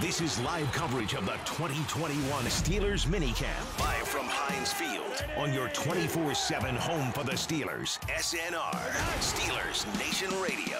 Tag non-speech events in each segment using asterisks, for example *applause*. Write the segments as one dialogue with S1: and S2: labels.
S1: This is live coverage of the 2021 Steelers minicamp, live from Heinz Field on your 24 7 home for the Steelers, SNR, Steelers Nation Radio.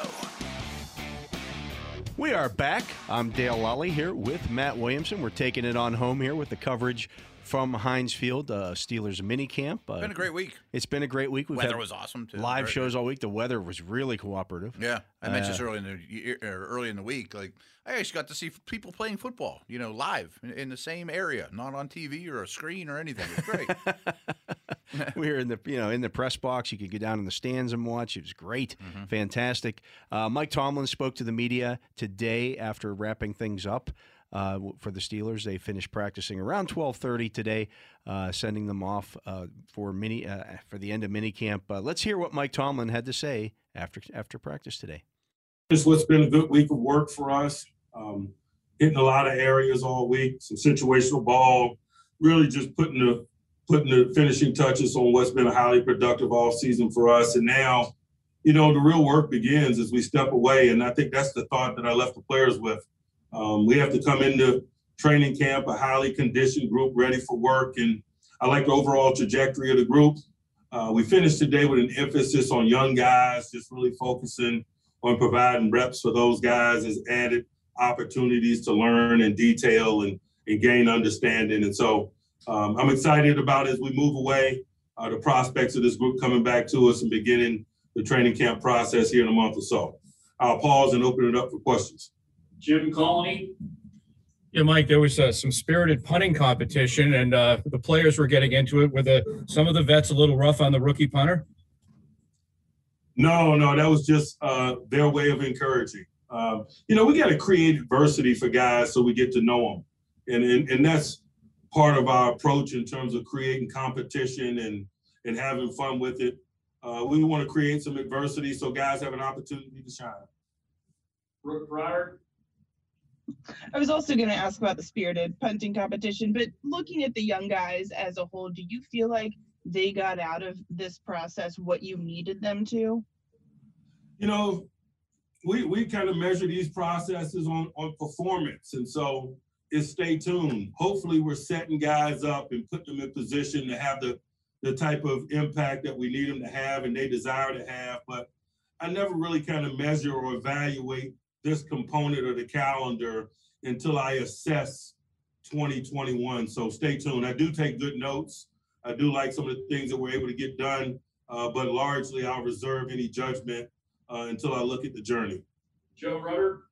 S2: We are back. I'm Dale Lally here with Matt Williamson. We're taking it on home here with the coverage from Heinz Field, uh, Steelers minicamp. Uh,
S3: Been a great week.
S2: It's been a great week. We've
S3: Weather
S2: had
S3: was awesome too.
S2: Live
S3: Very
S2: shows all week. The weather was really cooperative.
S3: Yeah, I mentioned
S2: Uh,
S3: this early in the year, or early in the week. Like I actually got to see people playing football, you know, live in, in the same area, not on TV or a screen or anything.
S2: *laughs*
S3: It's great.
S2: we were in the you know in the press box. You could go down in the stands and watch. It was great, fantastic. Uh, Mike Tomlin spoke to the media today after wrapping things up. Uh, w- for the Steelers, they finished practicing around 12:30 today, uh, sending them off uh, for mini uh, for the end of minicamp. Uh, let's hear what Mike Tomlin had to say after after practice today.
S4: just what's been a good week of work for us. Um, hitting a lot of areas all week, some situational ball, really just putting the putting the finishing touches on what's been a highly productive all season for us. And now, you know, the real work begins as we step away. And I think that's the thought that I left the players with. Um, we have to come into training camp a highly conditioned group ready for work. And I like the overall trajectory of the group. Uh, we finished today with an emphasis on young guys, just really focusing on providing reps for those guys is added opportunities to learn in detail and, and gain understanding. And so um, I'm excited about as we move away, uh, the prospects of this group coming back to us and beginning the training camp process here in a month or so. I'll pause and open it up for questions.
S5: Jim Colony.
S6: Yeah, Mike, there was uh, some spirited punting competition, and uh, the players were getting into it. Were the some of the vets a little rough on the rookie punter?
S4: No, no, that was just uh, their way of encouraging. Um, you know, we got to create adversity for guys so we get to know them, and, and and that's part of our approach in terms of creating competition and and having fun with it. Uh, we want to create some adversity so guys have an opportunity to shine.
S5: Brooke Pryor.
S7: I was also going to ask about the spirited punting competition, but looking at the young guys as a whole, do you feel like they got out of this process what you needed them to?
S4: you know, we we kind of measure these processes on on performance, and so it's stay tuned. Hopefully, we're setting guys up and putting them in position to have the the type of impact that we need them to have and they desire to have. But I never really kind of measure or evaluate this component of the calendar until I assess 2021. So stay tuned. I do take good notes. I do like some of the things that we're able to get done, uh, but largely I'll reserve any judgment uh, until I look at the journey.
S5: Joe Rudder.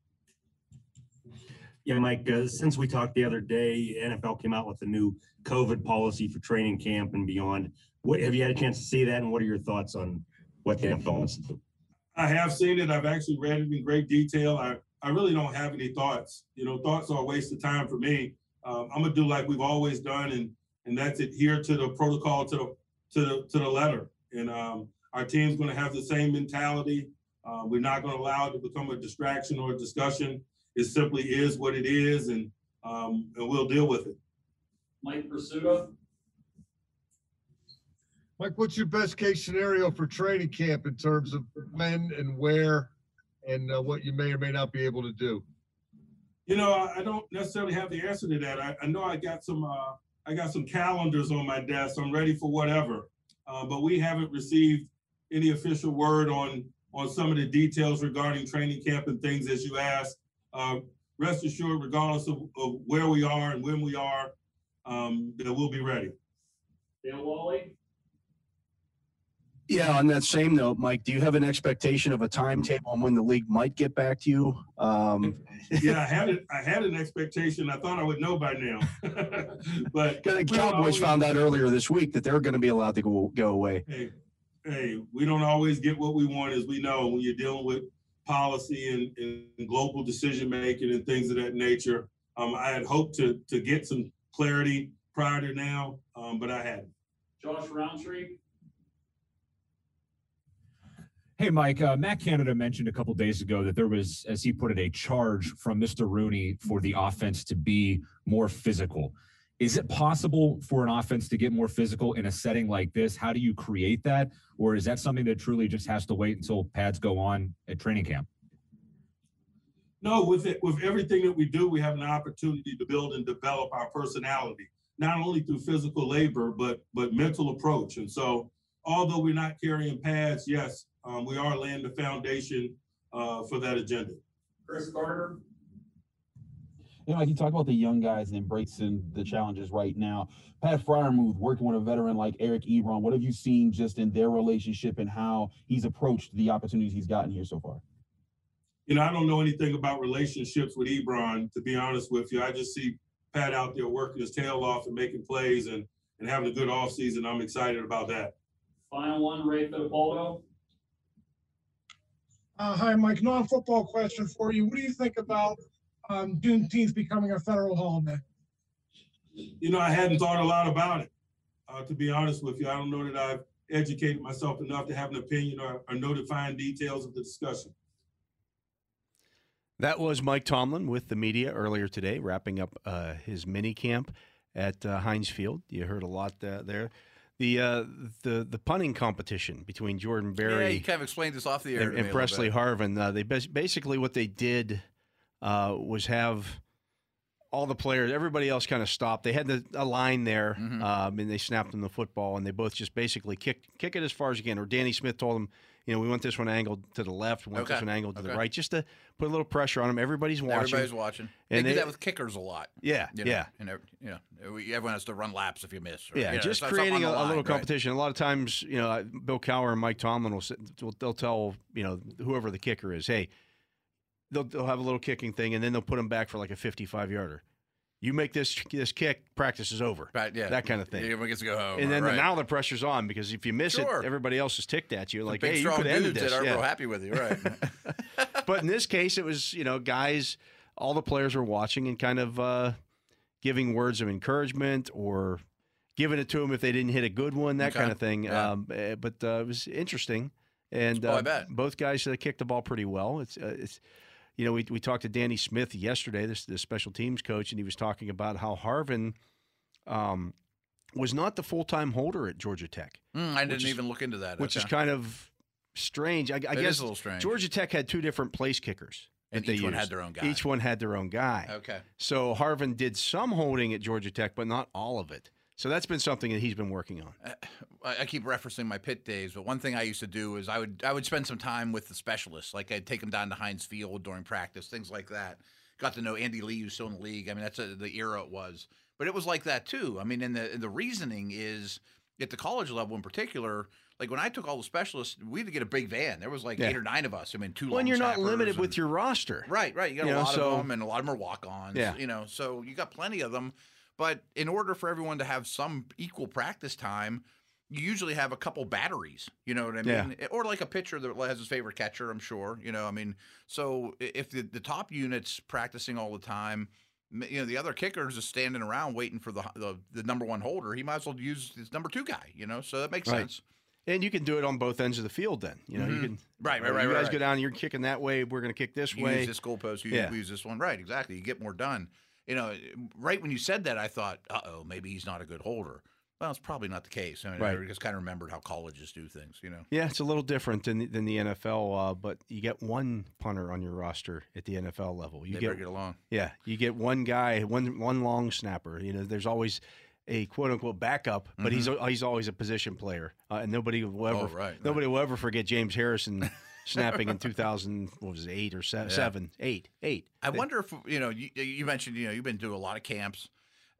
S8: Yeah, Mike, uh, since we talked the other day, NFL came out with a new COVID policy for training camp and beyond. What, have you had a chance to see that and what are your thoughts on what the NFL wants to do?
S4: I have seen it. I've actually read it in great detail. I, I really don't have any thoughts. You know, thoughts are a waste of time for me. Um, I'm gonna do like we've always done, and and that's adhere to the protocol to the to the to the letter. And um, our team's gonna have the same mentality. Uh, we're not gonna allow it to become a distraction or a discussion. It simply is what it is, and um, and we'll deal with it.
S5: Mike Pursuta.
S9: Mike, what's your best case scenario for training camp in terms of when and where and uh, what you may or may not be able to do?
S4: You know, I, I don't necessarily have the answer to that. I, I know I got some uh, I got some calendars on my desk. I'm ready for whatever, uh, but we haven't received any official word on on some of the details regarding training camp and things as you asked. Uh, rest assured, regardless of, of where we are and when we are, um, that we'll be ready.
S5: Dale Wally.
S8: Yeah, on that same note, Mike, do you have an expectation of a timetable on when the league might get back to you? Um,
S4: Yeah, I had it. I had an expectation. I thought I would know by now, *laughs* but
S8: the
S4: we don't always-
S8: Cowboys found out earlier this week that they're going to be allowed to go, go away.
S4: hey, hey, we don't always get what we want, as we know, when you're dealing with policy and, and global decision making and things of that nature. Um, I had hoped to to get some clarity prior to now, um, but I hadn't.
S5: Josh Roundtree.
S10: Hey, Mike, uh, Matt Canada mentioned a couple days ago that there was, as he put it, a charge from Mr. Rooney for the offense to be more physical. Is it possible for an offense to get more physical in a setting like this? How do you create that? Or is that something that truly just has to wait until pads go on at training camp?
S4: No, with it, with everything that we do, we have an opportunity to build and develop our personality, not only through physical labor, but but mental approach. And so, although we're not carrying pads, yes, um, we are laying the foundation uh, for that agenda.
S5: Chris Carter,
S11: You know, like you talk about the young guys and embracing the challenges right now. Pat Fryermuth working with a veteran like Eric Ebron. What have you seen just in their relationship and how he's approached the opportunities he's gotten here so far?
S4: You know, I don't know anything about relationships with Ebron, to be honest with you. I just see Pat out there working his tail off and making plays and and having a good offseason. I'm excited about that.
S5: final one, Ray Fittipaldo.
S12: Uh, hi, Mike. Non-football question for you. What do you think about um, Juneteenth becoming a federal holiday?
S4: you know, I hadn't thought a lot about it. Uh, to be honest with you, I don't know that I've educated myself enough to have an opinion or, or know the fine details of the discussion.
S2: That was Mike Tomlin with the media earlier today, wrapping up uh, his mini camp at uh, Heinz Field. You heard a lot uh, there. The uh, the the punting competition between Jordan Berry
S3: yeah, you kind of explained this off the air.
S2: and,
S3: to me a
S2: and
S3: little
S2: Presley
S3: bit.
S2: Harvin. Uh, they bas- basically what they did uh, was have all the players, everybody else, kind of stopped. They had the, a line there,
S3: Mm-hmm.
S2: um, and they snapped them the football, and they both just basically kicked kick it as far as you can. Or Danny Smith told them, you know, we want this one angled to the left, we want this
S3: Okay.
S2: one angled to the
S3: Okay.
S2: right, just to put a little pressure on them. Everybody's watching.
S3: Everybody's watching. They
S2: And
S3: do
S2: they-
S3: that with kickers a lot.
S2: Yeah,
S3: you know,
S2: yeah.
S3: And every- you know, we- everyone has to run laps if you miss. or,
S2: Yeah,
S3: you know,
S2: just
S3: it's- it's up on
S2: creating
S3: the
S2: a, a
S3: line,
S2: little
S3: right.
S2: competition. A lot of times, you know, Bill Cowher and Mike Tomlin will, sit, will they'll tell you know whoever the kicker is, hey, they'll they'll have a little kicking thing, and then they'll put him back for like a fifty-five yarder. You make this this kick, practice is over.
S3: Right, yeah.
S2: that kind of thing.
S3: Everyone gets to go home.
S2: and then
S3: right.
S2: now the pressure's on because if you miss
S3: Sure.
S2: it, everybody else is ticked at you.
S3: The
S2: Like,
S3: big
S2: hey, you
S3: strong
S2: could end
S3: dudes
S2: this.
S3: that aren't
S2: yeah.
S3: real happy with you,
S2: *laughs*
S3: right? Hmm,
S2: but in this case, it was you know guys, all the players were watching and kind of uh, giving words of encouragement or giving it to them if they didn't hit a good one, that
S3: Okay.
S2: kind of thing.
S3: Yeah.
S2: Um, eh, but uh, it was interesting, and
S3: Oh, I
S2: uh,
S3: bet.
S2: both guys uh, kicked the ball pretty well. It's uh, it's. You know, we, we talked to Danny Smith yesterday, this the special teams coach, and he was talking about how Harvin um, was not the full time holder at Georgia Tech
S3: Mm, I
S2: Which
S3: didn't
S2: is-
S3: even look into that.
S2: which is
S3: Okay.
S2: kind of strange. I, I
S3: It is
S2: guess
S3: a little strange.
S2: Georgia Tech had two different place kickers,
S3: And
S2: that they
S3: each one had
S2: used.
S3: their own guy.
S2: Each one had their own guy.
S3: Okay.
S2: So Harvin did some holding at Georgia Tech, but not all of it. So that's been something that he's been working on.
S3: I I keep referencing my pit days, but one thing I used to do is I would I would spend some time with the specialists. Like I'd take them down to Heinz Field during practice, things like that. Got to know Andy Lee, who's still in the league. I mean, that's uh the era it was, but it was like that too. I mean, and the and the reasoning is at the college level in particular. Like when I took all the specialists, we had to get a big van. There was like
S2: Yeah.
S3: eight or nine of us. I mean, two.
S2: Well, and you're not
S3: long-snappers
S2: limited
S3: and-
S2: with your roster.
S3: Right, right. You got
S2: You
S3: a
S2: know,
S3: lot
S2: so-
S3: of them, and a lot of them are walk-ons.
S2: Yeah.
S3: You know, so you got plenty of them. But in order for everyone to have some equal practice time, you usually have a couple batteries. You know what I
S2: Yeah.
S3: mean? Eh, Or like a pitcher that has his favorite catcher. I'm sure. You know, I mean, so i- if the, the top unit's practicing all the time. m- You know the other kickers is standing around waiting for the, the the number one holder. He might as well use his number two guy. You know, so that makes
S2: Right.
S3: sense.
S2: And you can do it on both ends of the field. Then you know
S3: Mhm.
S2: you can
S3: Right, right,
S2: you
S3: right, right,
S2: guys
S3: right.
S2: go down. You're kicking that way. We're going to kick this
S3: you
S2: way.
S3: use this goalpost, you
S2: Yeah.
S3: use this one. Right, exactly. You get more done. You know, right when you said that, I thought, uh oh, maybe he's not a good holder. Well, it's probably not the case. I, mean, I
S2: Right.
S3: just kind of remembered how colleges do things, you know.
S2: Yeah, it's a little different than than the NFL, uh, but you get one punter on your roster at the NFL level. You
S3: They better
S2: get
S3: get along.
S2: Yeah, you get one guy, one one long snapper. You know, there's always a quote unquote backup, but he's he's always a position player, uh, and nobody will ever
S3: Mm-hmm. Oh, right, right.
S2: nobody will ever forget James Harrison *laughs* snapping in 2000 what was it, eight or se-
S3: Yeah.
S2: seven, eight, eight.
S3: I wonder if, you know, you, you mentioned, you know, you've been doing a lot of camps.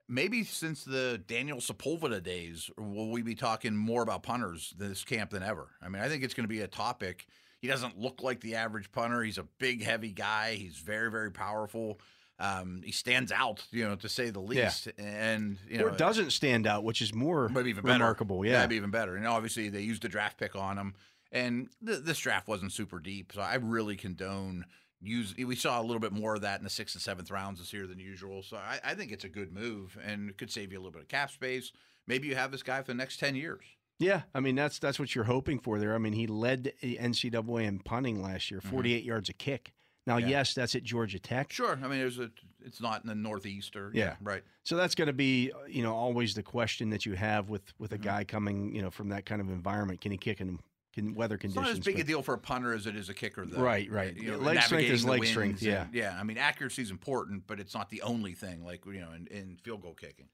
S3: Maybe since the Daniel Sepulveda days, will we be talking more about punters this camp than ever? I mean, I think it's going to be a topic. He doesn't look like the average punter. He's a big, heavy guy. He's very, very powerful. Um, he stands out, you know, to say the
S2: Yeah.
S3: least. And you know,
S2: or doesn't stand out, which is more
S3: Maybe even better.
S2: remarkable. Yeah,
S3: That'd be even better. And obviously, they used a draft pick on him. And th- this draft wasn't super deep, so I really condone use. We saw a little bit more of that in the sixth and seventh rounds this year than usual. So I, I think it's a good move and it could save you a little bit of cap space. Maybe you have this guy for the next ten years.
S2: yeah. I mean, that's that's what you're hoping for there. I mean, he led the NCAA in punting last year, 48 yards a kick. Now,
S3: Mm-hmm. Yeah.
S2: yes, that's at Georgia Tech.
S3: Sure. I mean, there's a. It's not in the Northeast or
S2: Yeah.
S3: right.
S2: So that's going to be, you
S3: Mm-hmm.
S2: know, always the question that you have with with a guy coming, you know, from that kind of environment. Can he kick in can weather
S3: It's not
S2: conditions.
S3: as big a
S2: but-
S3: deal for a punter as it is a kicker, though.
S2: Right, right.
S3: You know,
S2: Leg strength
S3: navigating
S2: is
S3: the
S2: leg strength,
S3: winds
S2: yeah.
S3: and- yeah. I mean, accuracy is important, but it's not the only thing. Like you know, in, in field goal kicking.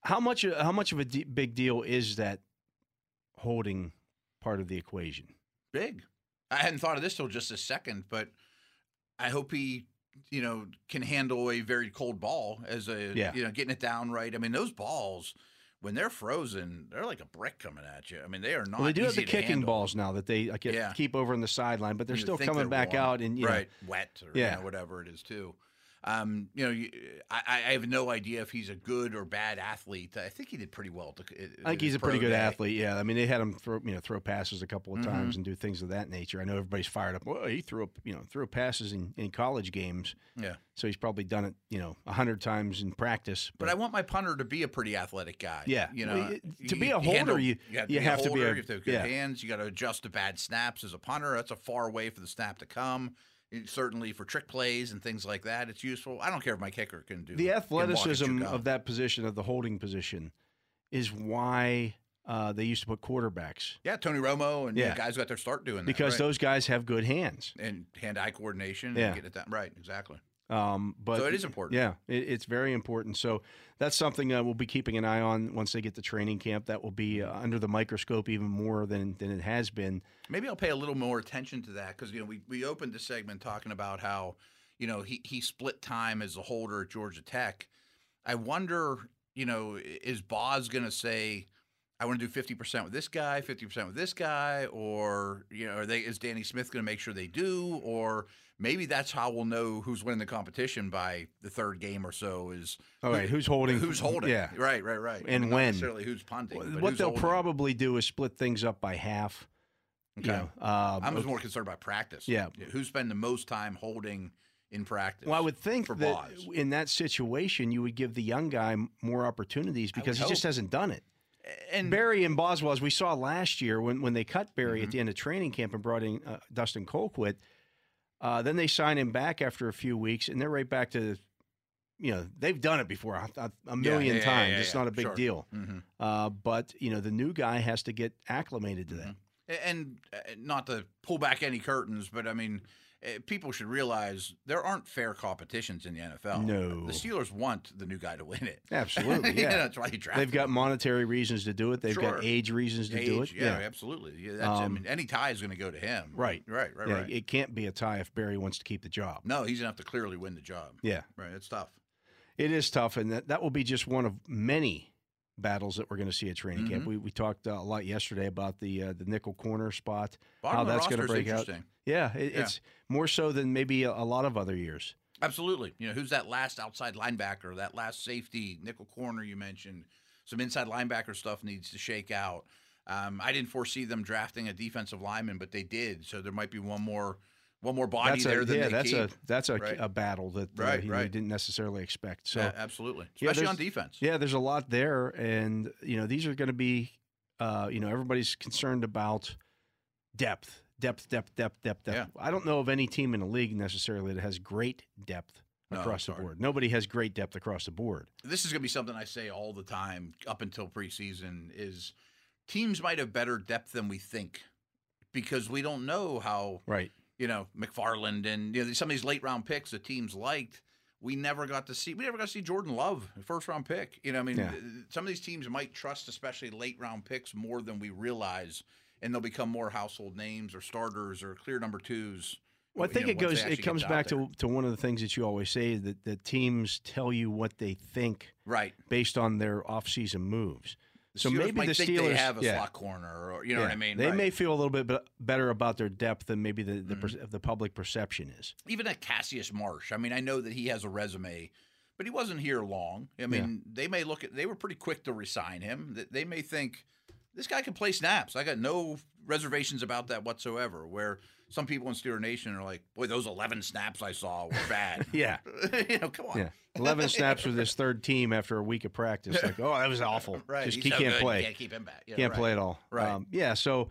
S2: How much? How much of a de- big deal is that holding part of the equation?
S3: big. I hadn't thought of this till just a second, but I hope he, you know, can handle a very cold ball as a,
S2: Yeah.
S3: you know, getting it down right. I mean, those balls when they're frozen, they're like a brick coming at you. I mean, they are not.
S2: Well, they do have
S3: easy
S2: the
S3: to
S2: kicking
S3: handle.
S2: balls now that they like,
S3: Yeah.
S2: keep over on the sideline, but they're
S3: You
S2: still
S3: think
S2: coming
S3: they're
S2: back
S3: warm.
S2: out and you know,
S3: right wet or you
S2: Yeah.
S3: know, whatever it is too. Um, you know, you, I, I I have no idea if he's a good or bad athlete. I think he did pretty well. To,
S2: I think he's a
S3: pro
S2: pretty good
S3: day.
S2: athlete. Yeah, I mean they had him throw you know throw passes a couple of times
S3: Mhm.
S2: and do things of that nature. I know everybody's fired up. Well, he threw up you know threw passes in, in college games,
S3: Yeah.
S2: so he's probably done it you know a hundred times in practice.
S3: But I want my punter to be a pretty athletic guy.
S2: Yeah.
S3: you know,
S2: Well, y- to be a
S3: you
S2: holder,
S3: handle-
S2: you-
S3: gotta
S2: you
S3: be
S2: have to be
S3: holder,
S2: a-
S3: you have to have good
S2: yeah.
S3: hands. You got to adjust to bad snaps as a punter. That's a far way for the snap to come. It- certainly for trick plays and things like that, it's useful. I don't care if my kicker can do
S2: the
S3: can walk at you
S2: athleticism
S3: go.
S2: of that position of the holding position is why uh, they used to put quarterbacks
S3: yeah, Tony Romo and
S2: Yeah.
S3: the guys got their start doing that
S2: because
S3: right.
S2: those guys have good hands.
S3: and hand-eye coordination.
S2: Yeah.
S3: and get it down right exactly.
S2: Um, but
S3: So it is important.
S2: Yeah, it, it's very important. So that's something uh, we'll be keeping an eye on once they get to training camp. That will be uh, under the microscope even more than than it has been.
S3: Maybe I'll pay a little more attention to that because you know we we opened the segment talking about how you know he he split time as a holder at Georgia Tech. I wonder, you know, i- is Boz going to say, I want to do fifty percent with this guy, fifty percent with this guy, or you know, are they is Danny Smith going to make sure they do, or maybe that's how we'll know who's winning the competition by the third game or so is
S2: All right, who's holding?
S3: who's holding
S2: Yeah,
S3: right right right I
S2: And
S3: mean, not
S2: when.
S3: necessarily who's punting
S2: Wh-
S3: but
S2: what
S3: who's
S2: they'll
S3: holding.
S2: probably do is split things up by half.
S3: Okay.
S2: You know, um,
S3: I'm just more concerned about practice.
S2: Yeah.
S3: Who spend the most time holding in practice?
S2: Well, I would think
S3: for
S2: that
S3: Boz.
S2: in that situation, you would give the young guy m- more opportunities because he just
S3: hope.
S2: hasn't done it. Barry and Boswell, as we saw last year when, when they cut Barry
S3: Mm-hmm.
S2: at the end of training camp and brought in uh, Dustin Colquitt, uh, then they sign him back after a few weeks, and they're right back to, you know, they've done it before a, a- a
S3: Yeah,
S2: million
S3: yeah, yeah,
S2: times.
S3: yeah,
S2: it's
S3: yeah,
S2: not a big
S3: sure.
S2: deal.
S3: Mhm.
S2: Uh, but you know, the new guy has to get acclimated to that.
S3: A- And uh, not to pull back any curtains, but I mean, eh, people should realize there aren't fair competitions in the NFL.
S2: No.
S3: The Steelers want the new guy to win it.
S2: Absolutely,
S3: *laughs* You
S2: yeah.
S3: know, that's why you draft
S2: They've got monetary reasons to do it. They've
S3: Sure.
S2: got age reasons to do it.
S3: Yeah, absolutely. Yeah, that's, I
S2: Um,
S3: mean, any tie is going to go to him.
S2: Right.
S3: Right, right,
S2: Yeah,
S3: right.
S2: It can't be a tie if Barry wants to keep the job.
S3: no, he's going to have to clearly win the job.
S2: Yeah.
S3: Right. It's tough.
S2: It is tough, and that, that will be just one of many battles that we're going to see at training camp.
S3: Mhm.
S2: We, we talked uh, a lot yesterday about the uh, the nickel corner spot,
S3: Bottom
S2: how
S3: of the
S2: that's going to
S3: roster is
S2: break out.
S3: interesting.
S2: Yeah, it,
S3: Yeah.
S2: it's more so than maybe a, a lot of other years.
S3: Absolutely. You know, who's that last outside linebacker, that last safety, nickel corner you mentioned? Some inside linebacker stuff needs to shake out. Um, I didn't foresee them drafting a defensive lineman, but they did. So there might be one more one more body
S2: that's
S3: there
S2: a,
S3: than
S2: yeah,
S3: they
S2: that's a
S3: keep.
S2: that's a,
S3: Right.
S2: a battle that uh,
S3: Right,
S2: you know,
S3: right.
S2: you didn't necessarily expect. So
S3: yeah, absolutely,
S2: Yeah,
S3: especially on
S2: there's-
S3: defense.
S2: Yeah, there's a lot there, and you know these are going to be, uh, you know, everybody's concerned about depth, depth, depth, depth, depth, depth. I don't know of any team in the league necessarily that has great depth
S3: No,
S2: across
S3: it's
S2: the
S3: hard.
S2: board. Nobody has great depth across the board.
S3: This is going to be something I say all the time up until preseason is teams might have better depth than we think because we don't know how
S2: Right.
S3: you know McFarland and you know some of these late round picks the teams liked. We never got to see. We never got to see Jordan Love, the first round pick. You know, I mean,
S2: Yeah.
S3: th- some of these teams might trust, especially late round picks, more than we realize, and they'll become more household names or starters or clear number twos.
S2: Well, I
S3: you
S2: think
S3: know,
S2: it
S3: once they
S2: goes.
S3: actually
S2: It
S3: get
S2: comes
S3: out
S2: back
S3: there.
S2: to, to one of the things that you always say that that teams tell you what they think,
S3: Right.
S2: based on their offseason moves.
S3: The
S2: so
S3: Steelers
S2: maybe
S3: might
S2: the
S3: think
S2: Steelers
S3: they have a
S2: yeah.
S3: slot corner, or you know what I
S2: Yeah.
S3: mean.
S2: They
S3: Right. Mm-hmm.
S2: may feel a little bit be- better about their depth than maybe the the, perce- the public perception is.
S3: even a Cassius Marsh. I mean, I know that he has a resume, but he wasn't here long. I mean, they may look at they were pretty quick to resign him. Th- They may think this guy can play snaps. I got no reservations about that whatsoever. Where some people in Steeler Nation are like, "Boy, those 11 snaps I saw were bad."
S2: *laughs* Yeah.
S3: *laughs* you know, come on.
S2: Yeah.
S3: *laughs*
S2: 11 snaps with his third team after a week of practice. Like, oh, that was awful.
S3: *laughs* Right,
S2: Just
S3: he's
S2: he
S3: so
S2: can't
S3: good, you
S2: play.
S3: can't keep him back. Yeah,
S2: can't
S3: right.
S2: play at all.
S3: Right.
S2: Um, yeah. So,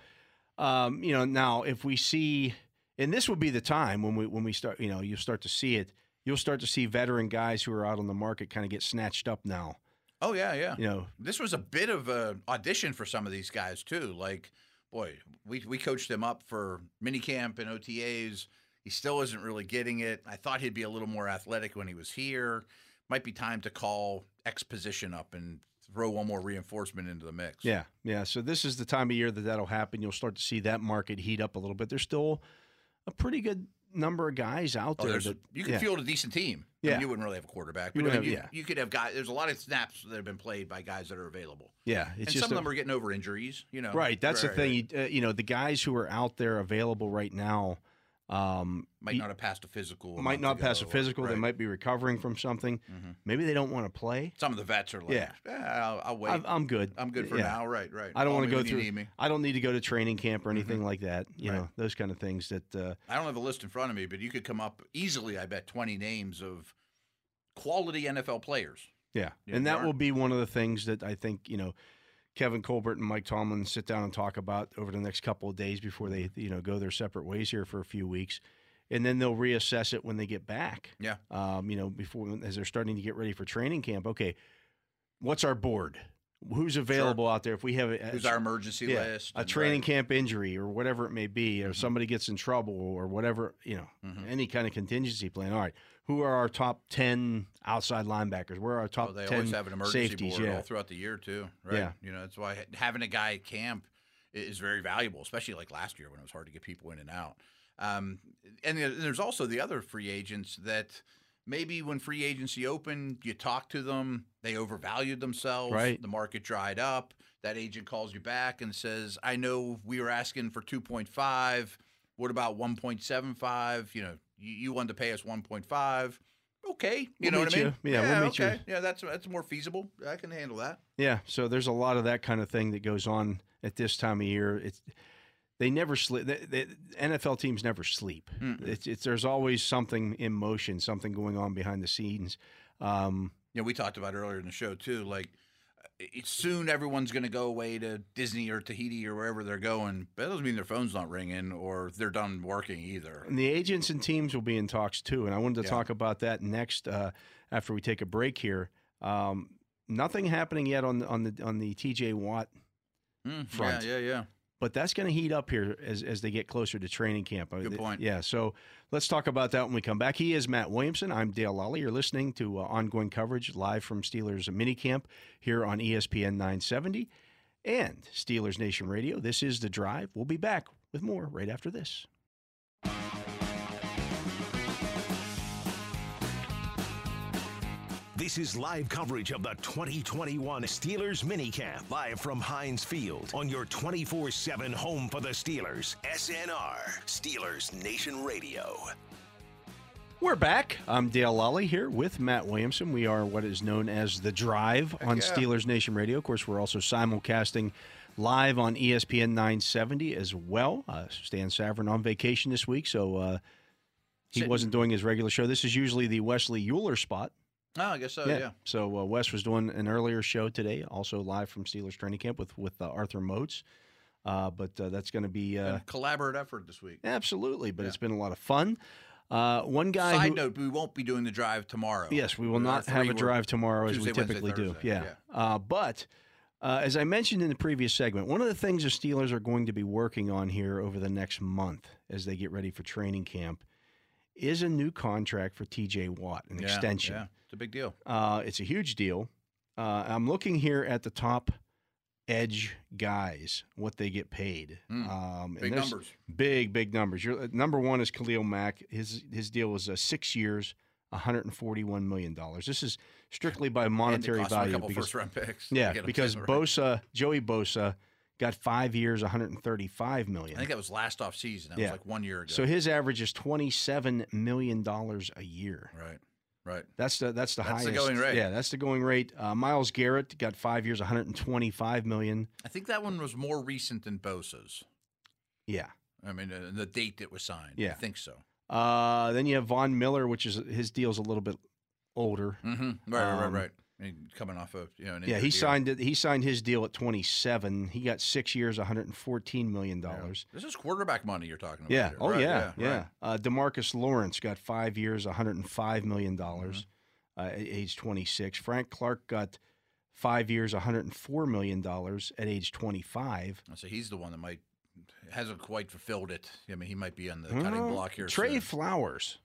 S2: um, you know, now if we see, and this would be the time when we when we start, you know, you start to see it. You'll start to see veteran guys who are out on the market kind of get snatched up now.
S3: Oh yeah, yeah.
S2: You know,
S3: this was a bit of a audition for some of these guys too. Like boy, we we coached him up for minicamp and OTAs. He still isn't really getting it. I thought he'd be a little more athletic when he was here. Might be time to call X position up and throw one more reinforcement into the mix.
S2: Yeah, yeah. So this is the time of year that that'll happen. You'll start to see that market heat up a little bit. There's still a pretty good number of guys out
S3: Oh,
S2: there.
S3: there's-
S2: That,
S3: you can
S2: yeah.
S3: field a decent team. I mean,
S2: Yeah.
S3: you wouldn't really have a quarterback,
S2: You
S3: but I
S2: wouldn't
S3: mean, you,
S2: have-
S3: you could have guys. There's a lot of snaps that have been played by guys that are available.
S2: Yeah,
S3: and
S2: it's
S3: some
S2: just
S3: of
S2: a-
S3: them are getting over injuries. You know,
S2: right. That's the
S3: Right,
S2: thing.
S3: right.
S2: You, uh, you know, the guys who are out there available right now um,
S3: Might
S2: you-
S3: not have passed a physical. a
S2: might
S3: month
S2: not
S3: ago,
S2: pass a
S3: or-
S2: physical. They
S3: right. Mm-hmm.
S2: might be recovering from something. Maybe they don't want to play.
S3: Some of the vets are like,
S2: Yeah.
S3: "Yeah, I'll, I'll wait.
S2: I'm, I'm good.
S3: I'm good for
S2: Yeah.
S3: now. Right, right.
S2: I don't
S3: Call
S2: want
S3: me
S2: to go
S3: when you
S2: through.
S3: need me.
S2: I don't need to go to training camp or
S3: Mm-hmm.
S2: anything like that. You know, those kind of things that. Uh,
S3: I don't have a list in front of me, but you could come up easily. I bet 20 names of quality NFL players.
S2: Yeah.
S3: Yeah,
S2: and
S3: they
S2: that
S3: are.
S2: will be one of the things that I think, you know, Kevin Colbert and Mike Tomlin sit down and talk about over the next couple of days before they,
S3: Mm-hmm.
S2: you know, go their separate ways here for a few weeks. And then they'll reassess it when they get back.
S3: Yeah.
S2: Um, you know, before as they're starting to get ready for training camp. Okay, what's our board? Who's available out there? If we have a,
S3: Who's our emergency
S2: yeah,
S3: list
S2: a
S3: and-
S2: training
S3: right. Mm-hmm.
S2: camp injury or whatever it may be, or somebody gets in trouble or whatever, you know, any kind of contingency plan. All right, who are our top ten outside linebackers? Where are our top
S3: Oh, they
S2: ten
S3: always have an emergency
S2: safeties?
S3: board
S2: yeah,
S3: all throughout the year too, right?
S2: Yeah.
S3: You know, that's why ha- having a guy at camp i- is very valuable, especially like last year when it was hard to get people in and out. Um, and there- there's also the other free agents that maybe when free agency opened, you talk to them, they overvalued themselves,
S2: Right.
S3: the market dried up. That agent calls you back and says, "I know we were asking for 2.5. What about 1.75? You know, you, you wanted to pay us 1.5." Okay, you
S2: We'll
S3: know what
S2: meet
S3: I mean.
S2: you. Yeah, we'll meet you.
S3: okay. Yeah, that's that's more feasible. I can handle that.
S2: yeah. So there's a lot of that kind of thing that goes on at this time of year. It's they never sleep. The, the NFL teams never sleep.
S3: Hmm.
S2: It's, it's there's always something in motion, something going on behind the scenes. Um,
S3: You know, we talked about earlier in the show too. Like, it, soon everyone's going to go away to Disney or Tahiti or wherever they're going. But that doesn't mean their phone's not ringing or they're done working either.
S2: And the agents and teams will be in talks too. And I wanted to
S3: Yeah.
S2: talk about that next uh, after we take a break here. Um, nothing happening yet on the- on the on the TJ Watt,
S3: Mm,
S2: Front.
S3: Yeah, yeah, yeah.
S2: but that's going to heat up here as as they get closer to training camp. Uh,
S3: Good point.
S2: Yeah. So let's talk about that when we come back. He is Matt Williamson. I'm Dale Lally. You're listening to uh, ongoing coverage live from Steelers minicamp here on E ESPN 970 and Steelers Nation Radio. This is the Drive. We'll be back with more right after this.
S1: This is live coverage of the 2021 Steelers minicamp, live from Heinz Field on your 24 7 home for the Steelers, SNR, Steelers Nation Radio.
S2: We're back. I'm Dale Lally here with Matt Williamson. We are what is known as The Drive on
S1: yeah.
S2: Steelers Nation Radio. Of course, we're also simulcasting live on E ESPN 970 as well. Uh, Stan Saverin on vacation this week, so uh, he
S3: Sitting-
S2: wasn't doing his regular show. This is usually the Wesley Euler spot.
S3: Oh, I guess so. Yeah.
S2: So uh, Wes was doing an earlier show today, also live from Steelers training camp with with uh, Arthur Motes. Uh, but uh, that's going to be uh,
S3: Collaborative effort this week.
S2: absolutely. But it's been a lot of fun. Uh, one guy
S3: Side
S2: who,
S3: note: We won't be doing the drive tomorrow.
S2: Yes, we will
S3: Our
S2: not have
S3: three
S2: a
S3: were
S2: drive tomorrow as
S3: Tuesday,
S2: we
S3: Wednesday,
S2: typically do.
S3: Thursday.
S2: Yeah. Uh, but uh, as I mentioned in the previous segment, one of the things the Steelers are going to be working on here over the next month as they get ready for training camp is a new contract for TJ Watt, an
S3: Yeah,
S2: extension.
S3: yeah. It's a big deal.
S2: Uh, it's a huge deal. Uh, I'm looking here at the top edge guys, what they get paid. Um,
S3: Hmm. Big
S2: there's
S3: numbers.
S2: Big, big numbers. Your, number one is Khalil Mack. His his deal was uh, six years, 141 million dollars. This is strictly by monetary
S3: cost them a
S2: value.
S3: couple first-round picks to
S2: Yeah,
S3: get 'em
S2: because
S3: too, right?
S2: Bosa, Joey Bosa, got five years, 135 million.
S3: I think that was last off season. That was like one year ago.
S2: So his average is 27 million dollars a year.
S3: Right. Right.
S2: That's the that's the
S3: That's
S2: highest.
S3: the going rate.
S2: Yeah, that's the going rate. Uh, Miles Garrett got five years, 125 million.
S3: I think that one was more recent than Bosa's.
S2: Yeah.
S3: I mean, uh, the date that was signed. I
S2: Yeah.
S3: think so.
S2: Uh, then you have Von Miller, which is his deal's a little bit older.
S3: hmm Right, right, right,
S2: Um,
S3: right. I mean, coming off of you know, an
S2: Yeah,
S3: injured
S2: he
S3: year.
S2: signed it. He signed his deal at 27. He got six years, 114 million dollars.
S3: This is quarterback money you're talking about.
S2: Yeah.
S3: here.
S2: Oh
S3: Right,
S2: yeah. Yeah.
S3: right.
S2: Uh, Demarcus Lawrence got five years, 105 million dollars,
S3: Mm-hmm.
S2: uh, at age 26. Frank Clark got five years, 104 million dollars at age 25.
S3: So he's the one that might hasn't quite fulfilled it. I mean, he might be on the cutting
S2: Well,
S3: block here.
S2: Trey
S3: soon.
S2: Flowers,